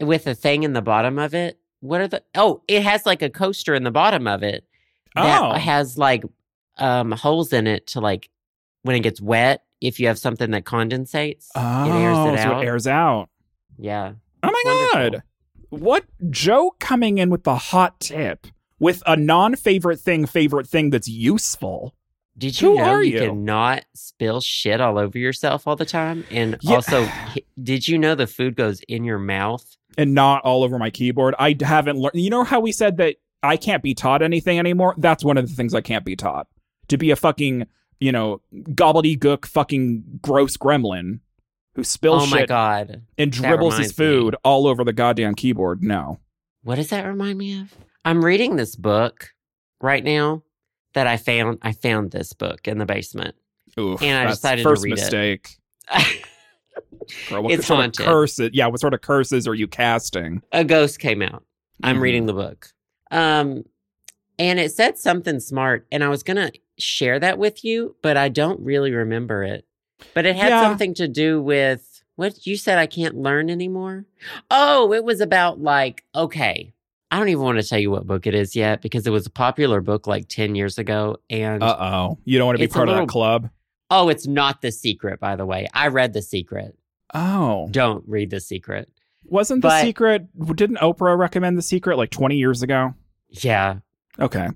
S1: with a thing in the bottom of it. What are the? Oh, it has like a coaster in the bottom of it that
S2: Oh.
S1: has like um holes in it to like when it gets wet. If you have something that condensates, it airs
S2: Oh,
S1: it
S2: so
S1: out.
S2: it airs out.
S1: yeah,
S2: Oh my
S1: Wonderful.
S2: god! What Joe coming in with the hot tip with a non-favorite thing, favorite thing that's useful.
S1: Did you
S2: Who
S1: know
S2: are
S1: you,
S2: you?
S1: cannot spill shit all over yourself all the time? And
S2: Yeah.
S1: also, h- did you know the food goes in your mouth?
S2: and not all over my keyboard. I haven't learned. You know how we said that I can't be taught anything anymore? That's one of the things I can't be taught. To be a fucking, you know, gobbledygook fucking gross gremlin who spills
S1: oh my
S2: shit
S1: god,
S2: and dribbles
S1: reminds
S2: his
S1: me.
S2: food all over the goddamn keyboard. No.
S1: what does that remind me of? I'm reading this book right now that I found. I found this book in the basement.
S2: Oof.
S1: And I
S2: that's
S1: decided to
S2: first
S1: read it.
S2: mistake. Girl, what
S1: It's
S2: sort
S1: haunted.
S2: of curse it- Yeah, what sort of curses are you casting?
S1: A ghost came out. I'm
S2: Mhm.
S1: reading the book. Um, and it said something smart, and I was gonna share that with you, but I don't really remember it. But it had
S2: Yeah.
S1: something to do with what you said. I can't learn anymore. Oh, it was about like okay. I don't even want to tell you what book it is yet because it was a popular book like ten years ago, and
S2: Uh oh. You don't want to be
S1: It's a
S2: part of
S1: little-
S2: that club?
S1: oh, it's not The Secret, by the way. I read The Secret.
S2: Oh.
S1: Don't read The Secret.
S2: Wasn't the
S1: But-
S2: secret. Didn't Oprah recommend the secret like 20 years ago?
S1: Yeah,
S2: Okay.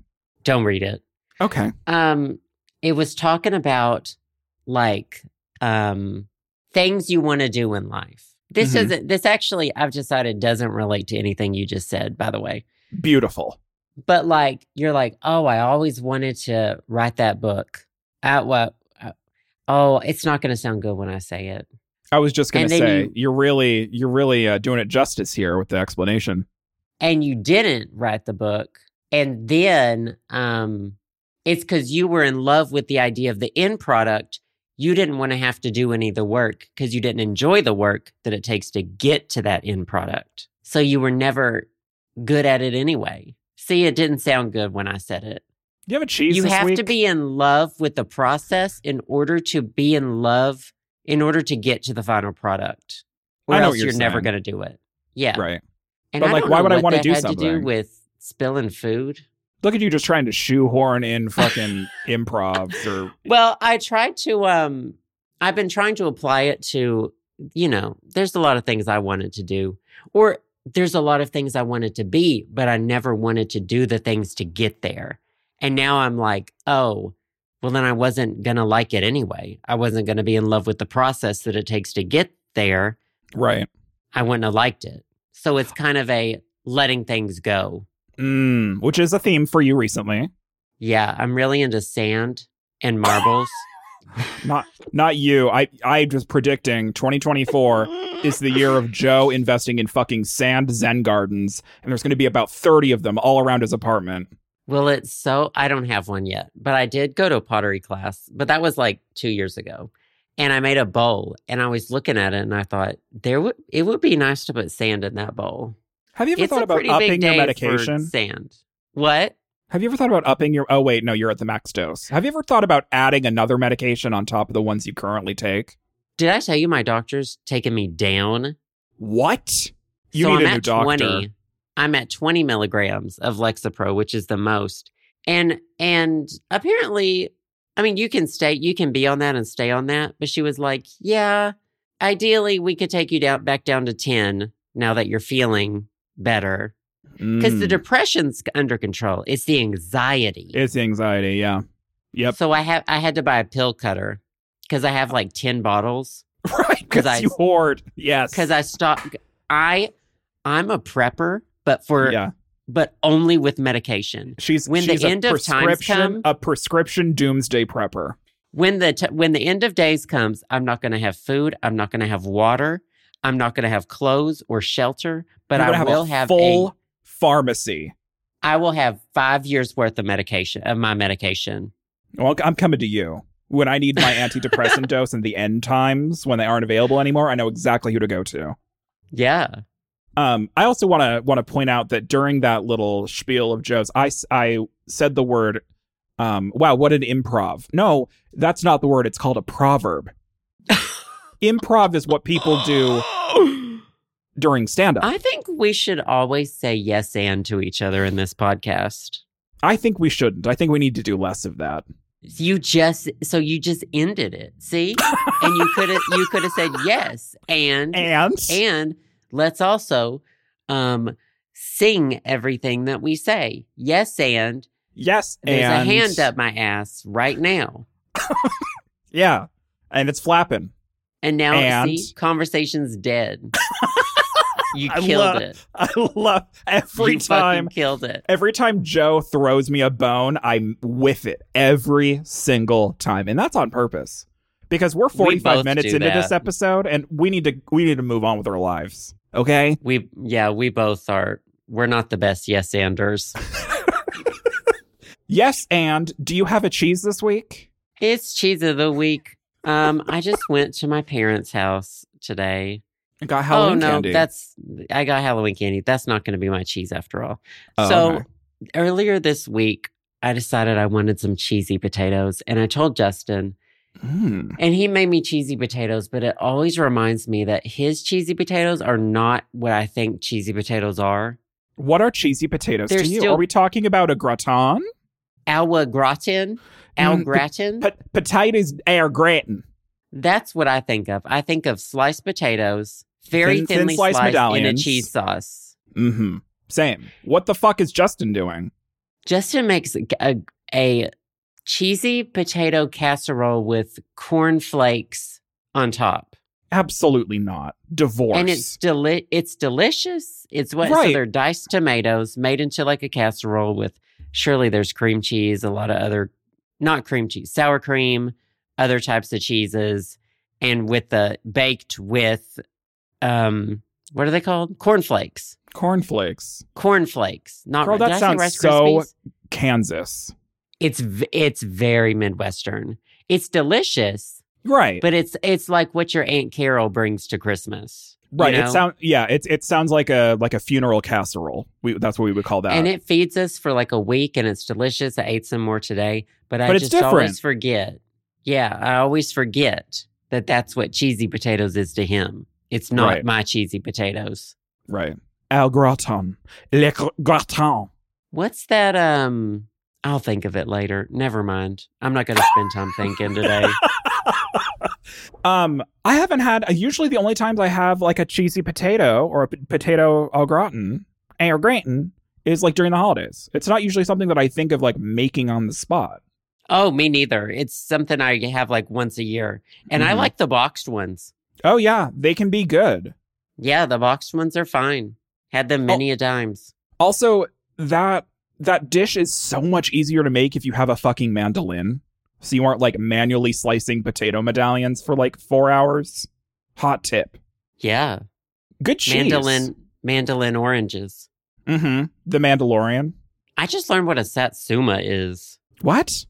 S1: don't read it.
S2: Okay.
S1: um it was talking about like um things you want to do in life this
S2: Mhm.
S1: doesn't this actually i've decided doesn't relate to anything you just said by the way
S2: Beautiful.
S1: but like you're like oh i always wanted to write that book at what oh it's not going to sound good when i say it
S2: I was just going
S1: And
S2: to
S1: then
S2: say
S1: you-
S2: you, are really you're really uh, doing it justice here with the explanation.
S1: and you didn't write the book and then um it's cuz you were in love with the idea of the end product you didn't want to have to do any of the work cuz you didn't enjoy the work that it takes to get to that end product so you were never good at it anyway see it didn't sound good when i said it
S2: Do you have a cheese?
S1: you
S2: this
S1: have
S2: week?
S1: to be in love with the process in order to be in love in order to get to the final product or
S2: I know what
S1: else
S2: you're
S1: you're, never
S2: saying.
S1: going to do it yeah
S2: right.
S1: and
S2: But,
S1: I
S2: like,
S1: don't
S2: why
S1: know
S2: would I
S1: what
S2: wanna
S1: that
S2: do
S1: had To
S2: something?
S1: do with spilling food.
S2: Look at you just trying to shoehorn in fucking improvs or
S1: Well, I tried to. Um, I've been trying to apply it to. You know, there's a lot of things I wanted to do, or there's a lot of things I wanted to be, but I never wanted to do the things to get there. And now I'm like, oh, well, then I wasn't gonna like it anyway. I wasn't gonna be in love with the process that it takes to get there.
S2: right.
S1: I wouldn't have liked it. So it's kind of a letting things go
S2: Mm, which is a theme for you recently.
S1: Yeah, I'm really into sand and marbles.
S2: Not not you. I I was predicting 2024 is the year of Joe investing in fucking sand zen gardens and there's going to be about 30 of them all around his apartment.
S1: well, it's so I don't have one yet, but I did go to a pottery class, but that was like 2 years ago. And I made a bowl and I was looking at it and I thought there would it would be nice to put sand in that bowl.
S2: Have you ever
S1: it's
S2: thought
S1: a
S2: about
S1: pretty big
S2: upping your
S1: day
S2: medication?
S1: for sand. What?
S2: Have you ever thought about upping your? Oh wait, no, you're at the max dose. Have you ever thought about adding another medication on top of the ones you currently take?
S1: Did I tell you my doctor's taking me down?
S2: What? You
S1: so I'm
S2: need a new
S1: at
S2: doctor.
S1: 20. I'm at 20 milligrams of Lexapro, which is the most. And and apparently, I mean, you can stay, you can be on that and stay on that. But she was like, "Yeah, ideally, we could take you down back down to 10 now that you're feeling better because the
S2: Mm.
S1: depression's under control. It's the anxiety.
S2: it's anxiety. Yeah. Yep.
S1: So I have I had to buy a pill cutter because I have like 10 bottles.
S2: right. Because
S1: 'Cause I-
S2: you hoard. Yes.
S1: because I stop. I I'm a prepper, but for
S2: yeah.
S1: but only with medication.
S2: She's
S1: when the
S2: she's a
S1: end of times
S2: prescription-
S1: come-
S2: a prescription doomsday prepper.
S1: When the t- when the end of days comes, I'm not going to have food. I'm not going to have water. I'm not going to have clothes or shelter. But
S2: You're
S1: I
S2: gonna have
S1: will
S2: a
S1: have
S2: full
S1: a.
S2: pharmacy.
S1: I will have five years worth of medication of my medication.
S2: Well, I'm coming to you. When I need my antidepressant dose in the end times when they aren't available anymore, I know exactly who to go to.
S1: Yeah.
S2: Um, I also want to want to point out that during that little spiel of Joe's, I s- I said the word, um, wow, what an improv. No, that's not the word. It's called a proverb. improv is what people do during stand up.
S1: I think we should always say yes and to each other in this podcast.
S2: I think we shouldn't. I think we need to do less of that.
S1: You just so you just ended it. See? and you could have you could have said yes and and,
S2: And
S1: let's also um sing everything that we say. Yes and
S2: yes,
S1: there's
S2: and
S1: a hand up my ass right now.
S2: Yeah, and it's flapping.
S1: And now
S2: And-
S1: see conversation's dead. you
S2: I
S1: killed
S2: love-
S1: it.
S2: I love every
S1: you
S2: time.
S1: fucking killed it.
S2: Every time Joe throws me a bone, I'm with it every single time, and that's on purpose because we're
S1: We
S2: 45
S1: both
S2: minutes
S1: do
S2: into this
S1: that.
S2: episode, and we need to we need to move on with our lives. Okay,
S1: We yeah, we both are we're not the best yes anders.
S2: yes, and do you have a cheese this week?
S1: It's cheese of the week. Um, I just went to my parents' house today.
S2: I got Halloween
S1: oh no,
S2: candy.
S1: that's I got Halloween candy. That's not going to be my cheese after all.
S2: Oh,
S1: so
S2: okay.
S1: earlier this week, I decided I wanted some cheesy potatoes, and I told Justin,
S2: Mm.
S1: and he made me cheesy potatoes. But it always reminds me that his cheesy potatoes are not what I think cheesy potatoes are.
S2: What are cheesy potatoes
S1: They're
S2: to you?
S1: still-
S2: Are we talking about a gratin?
S1: Au gratin, au
S2: Mm,
S1: gratin.
S2: Pot- potatoes are gratin.
S1: That's what I think of. I think of sliced potatoes, very
S2: Thin- thin
S1: thinly
S2: sliced
S1: sliced in a
S2: medallions.
S1: cheese sauce.
S2: Mm-hmm. Same. What the fuck is Justin doing?
S1: Justin makes a, a cheesy potato casserole with cornflakes on top.
S2: Absolutely not. Divorce.
S1: And it's deli- it's delicious. It's what so
S2: Right.
S1: they're diced tomatoes made into like a casserole with surely there's cream cheese, a lot of other not cream cheese, sour cream, other types of cheeses, and with the baked with um what are they called? Cornflakes.
S2: cornflakes.
S1: Cornflakes. Not
S2: Girl,
S1: did
S2: that
S1: I say
S2: sounds
S1: Rice
S2: so
S1: Krispies?
S2: Kansas.
S1: it's v- it's very midwestern it's delicious
S2: Right.
S1: but it's it's like what your aunt carol brings to christmas you
S2: right.
S1: know?
S2: It sounds yeah, it it sounds like a like a funeral casserole. We that's what we would call that.
S1: and it feeds us for like a week and it's delicious i ate some more today but i
S2: But it's
S1: just always
S2: different.
S1: forget yeah i always forget that that's what cheesy potatoes is to him it's not
S2: Right.
S1: my cheesy potatoes
S2: right. Al gratin. Le gr- gratin.
S1: what's that um i'll think of it later never mind i'm not going to spend time thinking today
S2: Um, I haven't had usually the only times I have like a cheesy potato or a p- potato au gratin eh, or gratin is like during the holidays. It's not usually something that I think of like making on the spot.
S1: Oh, me neither. It's something I have like once a year. And I
S2: Mhm.
S1: like the boxed ones.
S2: Oh yeah, they can be good.
S1: Yeah, the boxed ones are fine. Had
S2: Oh
S1: them many a times.
S2: Also, that that dish is so much easier to make if you have a fucking mandolin. So you aren't like manually slicing potato medallions for like four hours. Hot tip.
S1: Yeah.
S2: Good cheese.
S1: Mandolin mandolin oranges.
S2: Mm-hmm. The Mandalorian.
S1: I just learned what a satsuma is.
S2: What?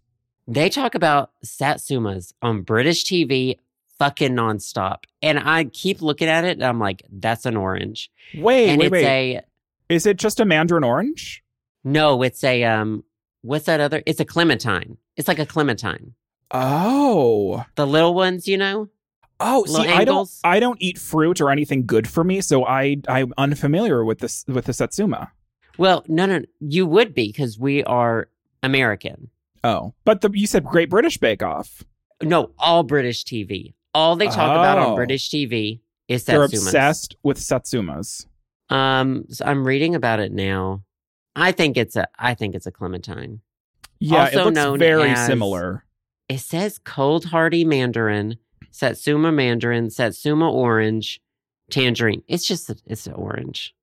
S1: They talk about satsumas on British TV fucking nonstop. And I keep looking at it and I'm like, that's an orange.
S2: Wait,
S1: and
S2: wait,
S1: it's
S2: wait.
S1: a
S2: Is it just a mandarin orange?
S1: no, it's a um what's that other? It's a clementine. It's like a clementine.
S2: Oh.
S1: The little ones, you know?
S2: Oh,
S1: Little
S2: see, I don't
S1: angles?
S2: I don't eat fruit or anything good for me, so I I'm unfamiliar with this with the satsuma.
S1: Well, no, no, you would be because we are American.
S2: Oh. But the you said Great British Bake Off.
S1: No, all British TV. All they talk about on
S2: Oh.
S1: British TV is
S2: They're
S1: Satsumas.
S2: obsessed with satsumas.
S1: Um, so I'm reading about it now. I think it's a. I think it's a clementine.
S2: Yeah,
S1: also
S2: it looks
S1: known
S2: very
S1: as-
S2: similar.
S1: It says cold hardy mandarin, Satsuma mandarin, Satsuma orange, tangerine. It's just a, it's an orange.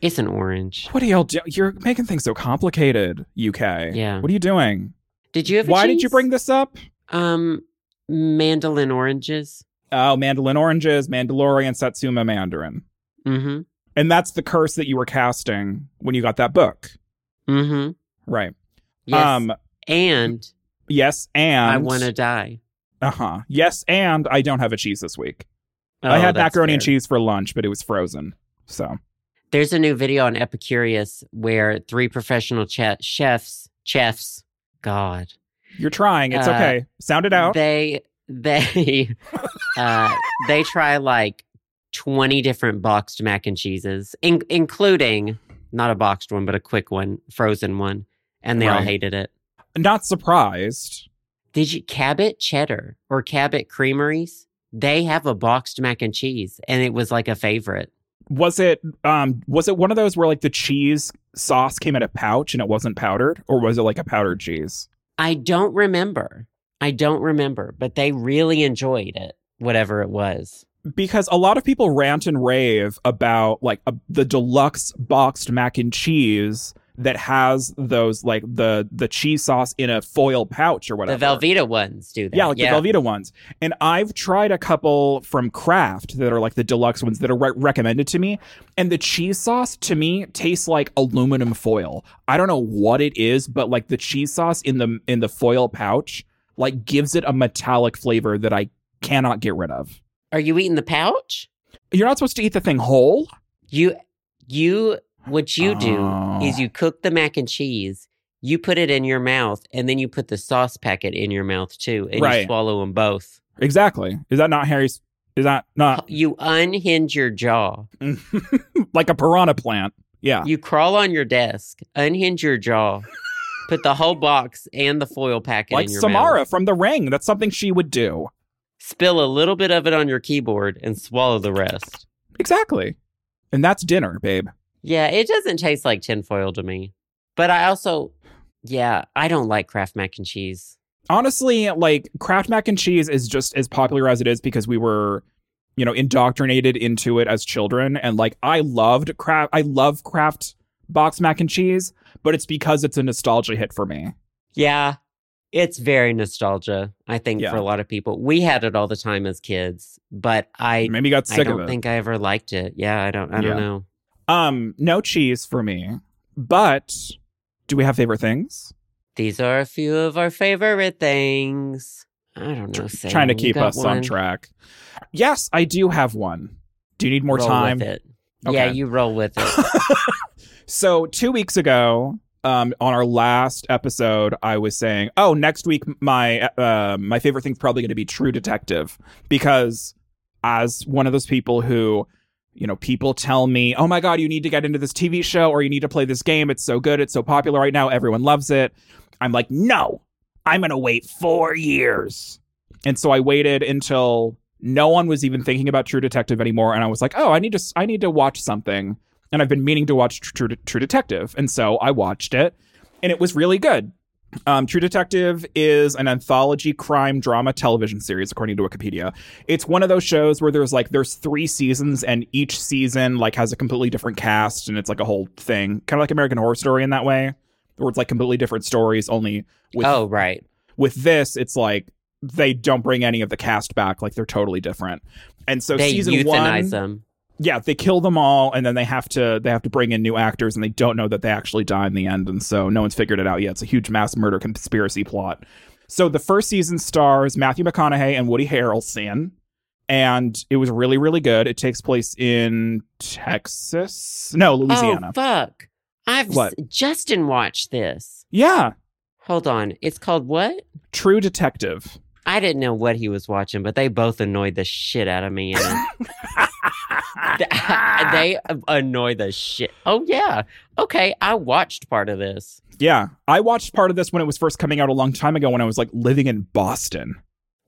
S1: it's an orange.
S2: What are y'all do? You're making things so complicated, UK.
S1: Yeah.
S2: What are you doing?
S1: Did you have? a
S2: Why did
S1: cheese?
S2: you bring this up?
S1: um mandolin oranges?
S2: Oh, mandolin oranges, Mandalorian, Satsuma Mandarin.
S1: Mm-hmm.
S2: And that's the curse that you were casting when you got that book.
S1: Mm-hmm.
S2: Right.
S1: Yes.
S2: Um
S1: and
S2: yes and
S1: I want to die.
S2: Uh-huh. Yes and I don't have a cheese this week.
S1: Oh,
S2: I had
S1: that's
S2: macaroni and
S1: fair.
S2: cheese for lunch, but it was frozen. So,
S1: There's a new video on Epicurious where three professional che- chefs, chefs, God,
S2: you're trying. It's
S1: Uh,
S2: okay. Sound it out.
S1: they they uh, they try like 20 different boxed mac and cheeses, in- including not a boxed one, but a quick one, frozen one, and they all
S2: Right.
S1: hated it.
S2: Not surprised.
S1: Did you Cabot Cheddar or Cabot Creameries? They have a boxed mac and cheese, and it was like a favorite.
S2: Was it um was it one of those where like the cheese sauce came in a pouch and it wasn't powdered or was it like a powdered cheese?
S1: I don't remember. I don't remember, but they really enjoyed it, whatever it was.
S2: because a lot of people rant and rave about like a, the deluxe boxed mac and cheese that has those like the the cheese sauce in a foil pouch or whatever.
S1: The Velveeta ones do that.
S2: Yeah, like the Velveeta ones. And I've tried a couple from Kraft that are like the deluxe ones that are re- recommended to me. And the cheese sauce to me tastes like aluminum foil. I don't know what it is, but like the cheese sauce in the in the foil pouch like gives it a metallic flavor that I cannot get rid of.
S1: Are you eating the pouch?
S2: You're not supposed to eat the thing whole.
S1: You, you, what you
S2: Oh.
S1: do is you cook the mac and cheese, you put it in your mouth, and then you put the sauce packet in your mouth too, and you
S2: Right.
S1: swallow them both.
S2: Exactly. Is that not Harry's? Is that not
S1: You unhinge your jaw.
S2: like a piranha plant? Yeah.
S1: You crawl on your desk, unhinge your jaw, put the whole box and the foil packet
S2: Like
S1: in your
S2: Samara
S1: mouth.
S2: from The Ring. That's something she would do.
S1: Spill a little bit of it on your keyboard and swallow the rest.
S2: Exactly. And that's dinner, babe.
S1: Yeah, it doesn't taste like tinfoil to me. But I also, yeah, I don't like Kraft mac and cheese.
S2: Honestly, like Kraft mac and cheese is just as popular as it is because we were, you know, indoctrinated into it as children. And like I loved Kraft. I love Kraft box mac and cheese, but it's because it's a nostalgia hit for me.
S1: Yeah, it's very nostalgia, I think,
S2: Yeah.
S1: for a lot of people. We had it all the time as kids, but I,
S2: Maybe got
S1: I
S2: sick of
S1: don't
S2: it.
S1: think I ever liked it. Yeah, I don't, I
S2: Yeah.
S1: don't know.
S2: um, no cheese for me. But do we have favorite things?
S1: These are a few of our favorite things. I don't know. Sam,
S2: trying to
S1: you
S2: keep
S1: got
S2: us
S1: one?
S2: on track. Yes, I do have one. Do you need more
S1: Roll
S2: time?
S1: With it. Yeah,
S2: Okay.
S1: you roll with it.
S2: So, two weeks ago, um, on our last episode, I was saying, "Oh, next week, my uh, my favorite thing's probably going to be True Detective," because as one of those people who, you know, people tell me, "Oh my God, you need to get into this TV show or you need to play this game. It's so good. It's so popular right now. Everyone loves it." I'm like, "No, I'm going to wait four years." And so I waited until no one was even thinking about True Detective anymore, and I was like, "Oh, I need to s- I need to watch something." and I've been meaning to watch True, True Detective, and so I watched it, and it was really good. Um, True Detective is an anthology crime drama television series, according to Wikipedia. It's one of those shows where there's like there's three seasons, and each season like has a completely different cast, and it's like a whole thing, kind of like American Horror Story in that way, where it's like completely different stories. Only with
S1: oh, right.
S2: with this, it's like they don't bring any of the cast back, like they're totally different. And so
S1: they
S2: season
S1: euthanize
S2: one,
S1: them.
S2: yeah they kill them all and then they have to they have to bring in new actors and they don't know that they actually die in the end and so no one's figured it out yet it's a huge mass murder conspiracy plot so the first season stars matthew mcconaughey and woody harrelson and it was really really good it takes place in texas no louisiana
S1: Oh, fuck. I've s-
S2: What?
S1: Justin watched this.
S2: yeah
S1: Hold on. It's called what?
S2: true detective
S1: I didn't know what he was watching, but they both annoyed the shit out of me. in it. they uh, annoy the shit. Oh yeah. Okay, I watched part of this.
S2: yeah i watched part of this when it was first coming out a long time ago when i was like living in boston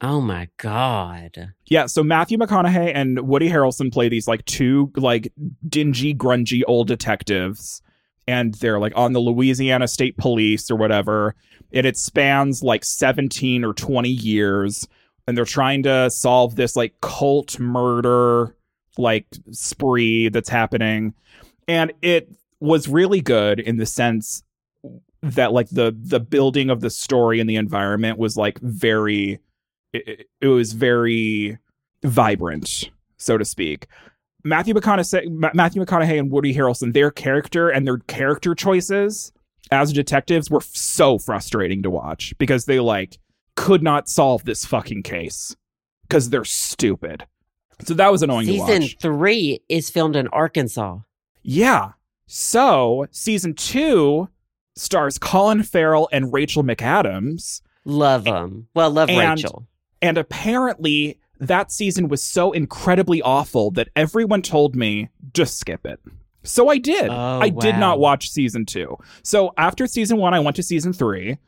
S1: Oh my god.
S2: Yeah, so Matthew McConaughey and Woody Harrelson play these like two like dingy, grungy old detectives, and they're like on the Louisiana State Police or whatever, and it spans like seventeen or twenty years, and they're trying to solve this like cult murder like spree that's happening, and it was really good in the sense that like the the building of the story and the environment was like very it, it was very vibrant, so to speak. Matthew McConaughey, Ma- Matthew McConaughey and Woody Harrelson, their character and their character choices as detectives were f- so frustrating to watch because they like could not solve this fucking case because they're stupid. So that was annoying to
S1: Season
S2: watch.
S1: three is filmed in Arkansas.
S2: Yeah. So season two stars Colin Farrell and Rachel McAdams.
S1: Love them. Well, love
S2: and-
S1: Rachel.
S2: And apparently, that season was so incredibly awful that everyone told me just skip it. So I did.
S1: Oh,
S2: I did
S1: wow.
S2: not watch season two. So after season one, I went to season three.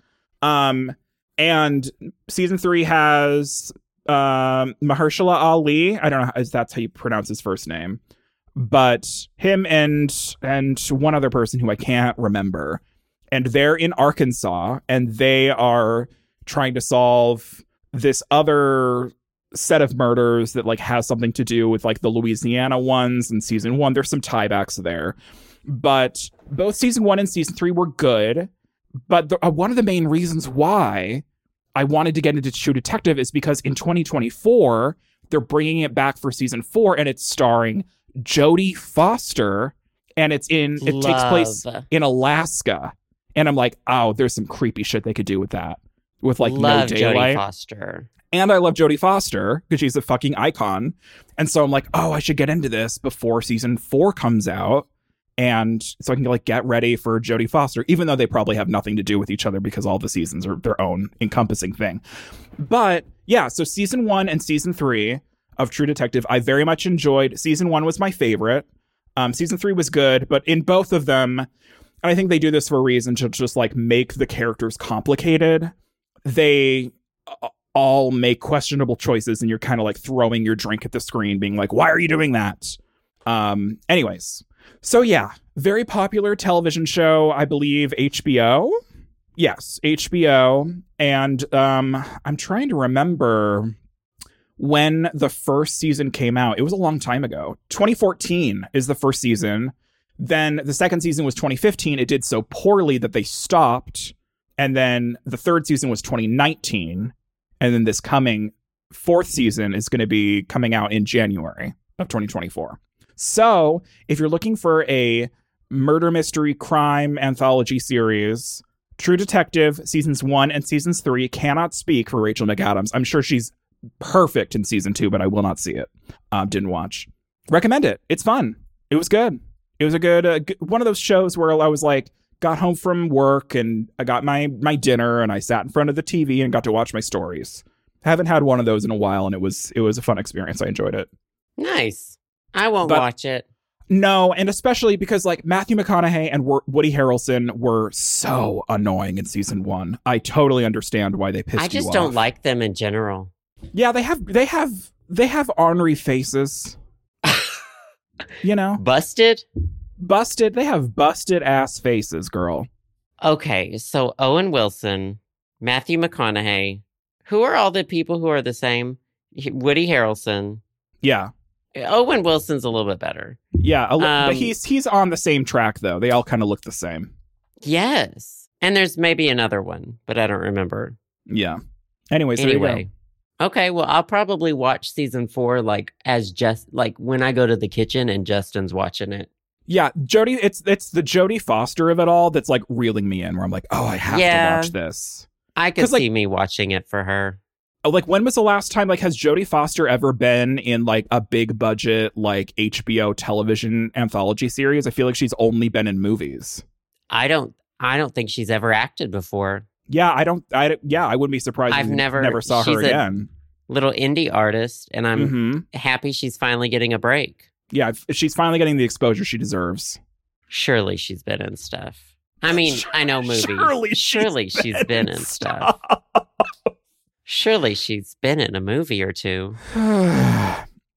S2: Um, and season three has um Mahershala Ali. I don't know if that's how you pronounce his first name, but him and and one other person who I can't remember. And they're in Arkansas, and they are trying to solve this other set of murders that like has something to do with like the Louisiana ones in season one. There's some tiebacks there, but both season one and season three were good. But the, uh, one of the main reasons why I wanted to get into True Detective is because in 2024 they're bringing it back for season four, and it's starring Jodie Foster, and it's in it takes place
S1: Love.
S2: in Alaska. And I'm like, oh, there's some creepy shit they could do with that. With like
S1: love
S2: no
S1: Jodie
S2: daylight.
S1: Foster.
S2: and I love Jodie Foster because she's a fucking icon. And so I'm like, oh, I should get into this before season four comes out. And so I can like get ready for Jodie Foster, even though they probably have nothing to do with each other because all the seasons are their own encompassing thing. But yeah, so season one and season three of True Detective, I very much enjoyed. Season one was my favorite. Um, season three was good, but in both of them, I think they do this for a reason to just like make the characters complicated. They a- all make questionable choices, and you're kind of like throwing your drink at the screen, being like, "Why are you doing that?" Um. Anyways, so yeah, very popular television show, I believe HBO. Yes, HBO, and um, I'm trying to remember when the first season came out. It was a long time ago. 2014 is the first season. Then the second season was 2015. It did so poorly that they stopped. And then the third season was 2019. And then this coming fourth season is going to be coming out in January of 2024. So if you're looking for a murder mystery crime anthology series, True Detective seasons one and seasons three cannot speak for Rachel McAdams. I'm sure she's perfect in season two, but I will not see it. Um, didn't watch. Recommend it. It's fun. It was good. It was a good, uh, good one of those shows where I was like, got home from work and I got my my dinner and I sat in front of the TV and got to watch my stories. I haven't had one of those in a while, and it was it was a fun experience. I enjoyed it.
S1: Nice. I won't
S2: But-
S1: watch it.
S2: No, and especially because like Matthew McConaughey and Wo- Woody Harrelson were so annoying in season one. I totally understand why they pissed
S1: I
S2: you
S1: just don't
S2: off.
S1: like them in general.
S2: Yeah, they have they have they have ornery faces. you know,
S1: Busted?
S2: busted. They have busted ass faces, girl.
S1: Okay, so Owen Wilson, Matthew McConaughey, who are all the people who are the same? He- Woody Harrelson. Eh,
S2: Yeah,
S1: Owen Wilson's a little bit better.
S2: yeah. A, li-
S1: Um,
S2: but he's he's on the same track though. They all kind of look the same.
S1: Yes. And there's maybe another one, but I don't remember.
S2: Yeah. Anyways,
S1: anyway.
S2: anyway.
S1: Okay, well, I'll probably watch season four like as just like when I go to the kitchen and Justin's watching it.
S2: Yeah, Jodie. It's it's the Jodie Foster of it all that's like reeling me in. Where I'm like, oh, I have
S1: Yeah.
S2: to watch this.
S1: I could
S2: 'Cause, like-
S1: see me watching it for her.
S2: Oh, like when was the last time like has Jodie Foster ever been in like a big budget like HBO television anthology series? I feel like she's only been in movies.
S1: I don't I don't think she's ever acted before.
S2: Yeah, I don't I yeah, I wouldn't be surprised
S1: I've
S2: if we
S1: never-
S2: never saw her
S1: she's a-
S2: again.
S1: Little indie artist, and I'm
S2: hmm
S1: happy she's finally getting a break.
S2: Yeah, if- she's finally getting the exposure she deserves.
S1: Surely she's been in stuff. I mean, I know movies.
S2: surely she's
S1: Surely she's been in stuff. Surely she's been in a movie or two.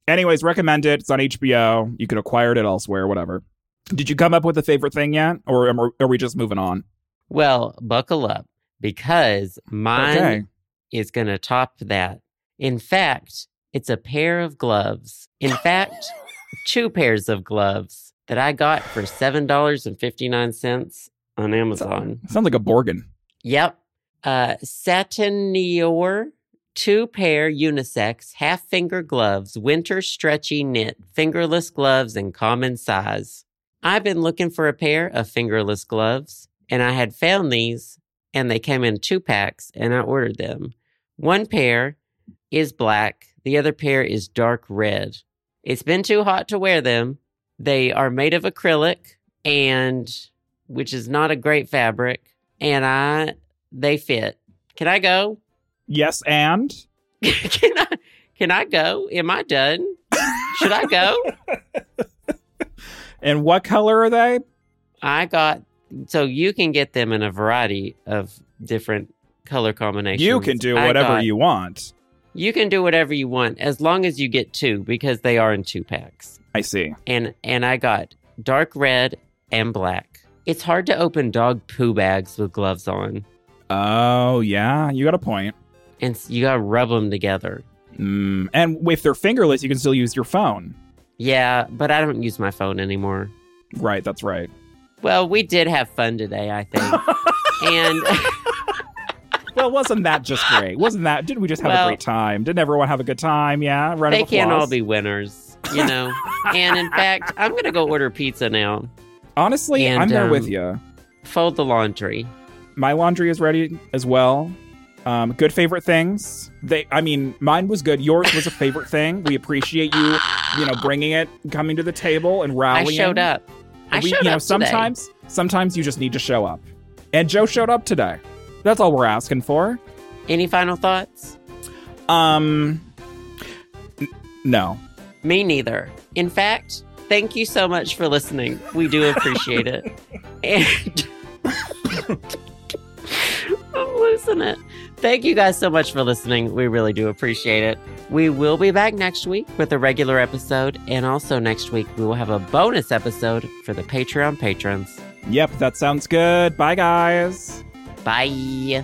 S2: Anyways, recommend it. It's on HBO. You could acquire it elsewhere, whatever. Did you come up with a favorite thing yet? Or am- are we just moving on?
S1: Well, buckle up because mine
S2: Okay.
S1: is going to top that. In fact, it's a pair of gloves. In fact, two pairs of gloves that I got for $7.59 on Amazon.
S2: Sounds like a Borgin.
S1: Yep. Uh, Satin Neor two pair unisex half finger gloves, winter stretchy knit, fingerless gloves in common size. I've been looking for a pair of fingerless gloves, and I had found these, and they came in two packs, and I ordered them. One pair is black, the other pair is dark red. It's been too hot to wear them. They are made of acrylic, and which is not a great fabric, and I they fit. Can I go?
S2: Yes, and
S1: can I can I go? Am I done? Should I go?
S2: and what color are they?
S1: I got so you can get them in a variety of different color combinations.
S2: You can do
S1: I
S2: whatever
S1: got-
S2: you want.
S1: you can do whatever you want as long as you get two because they are in two packs.
S2: I see.
S1: And and I got dark red and black. It's hard to open dog poo bags with gloves on,
S2: Oh yeah, you got a point.
S1: and s- you gotta rub them together.
S2: Mm. And if they're fingerless, you can still use your phone.
S1: Yeah, but I don't use my phone anymore.
S2: Right, that's right.
S1: Well, we did have fun today, I think. and
S2: Well, wasn't that just great? Wasn't that? Didn't we just have
S1: Well-
S2: a great time? Didn't everyone have a good time? Yeah, right.
S1: they can't all be winners, you know. and in fact, I'm going to go order pizza now.
S2: Honestly,
S1: And,
S2: I'm there with
S1: um,
S2: you.
S1: Fold the laundry.
S2: My laundry is ready as well. Um, good favorite things. They, I mean, mine was good. Yours was a favorite thing. We appreciate you, you know, bringing it, coming to the table, and
S1: I
S2: rallying.
S1: showed up. I
S2: we,
S1: showed
S2: you know,
S1: up today.
S2: sometimes sometimes you just need to show up. And Joe showed up today. That's all we're asking for.
S1: Any final thoughts?
S2: Um n- no.
S1: Me neither. In fact, thank you so much for listening. We do appreciate it. And I'm losing it. Thank you guys so much for listening. We really do appreciate it. We will be back next week with a regular episode. And also next week, we will have a bonus episode for the Patreon patrons.
S2: Yep, that sounds good. Bye guys.
S1: Bye.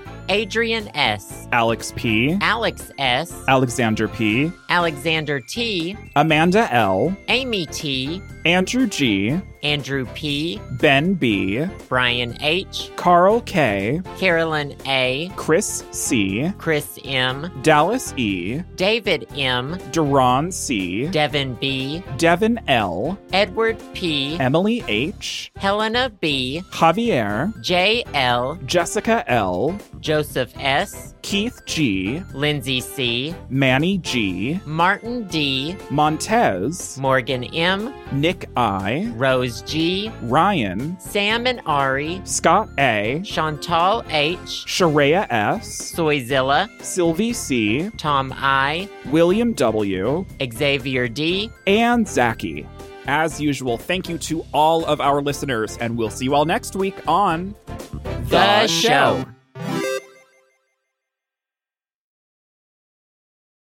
S1: Adrian S.,
S2: Alex P,
S1: Alex S.,
S2: Alexander P,
S1: Alexander T.,
S2: Amanda L,
S1: Amy T.,
S2: Andrew G,
S1: Andrew P.,
S2: Ben B,
S1: Brian H.,
S2: Carl K,
S1: Carolyn A.,
S2: Chris C,
S1: Chris M.,
S2: Dallas E,
S1: David M.,
S2: Duran C,
S1: Devin B.,
S2: Devin L,
S1: Edward P.,
S2: Emily H,
S1: Helena B.,
S2: Javier,
S1: J.L.,
S2: Jessica L,
S1: Joseph S.,
S2: Keith G,
S1: Lindsay C.,
S2: Manny G,
S1: Martin D.,
S2: Montez,
S1: Morgan M.,
S2: Nick I,
S1: Rose G,
S2: Ryan,
S1: Sam and Ari,
S2: Scott A,
S1: Chantal H,
S2: Sharia S,
S1: Soyzilla,
S2: Sylvie C,
S1: Tom I,
S2: William W,
S1: Xavier D,
S2: and Zaki. As usual, thank you to all of our listeners, and we'll see you all next week on
S1: The Show.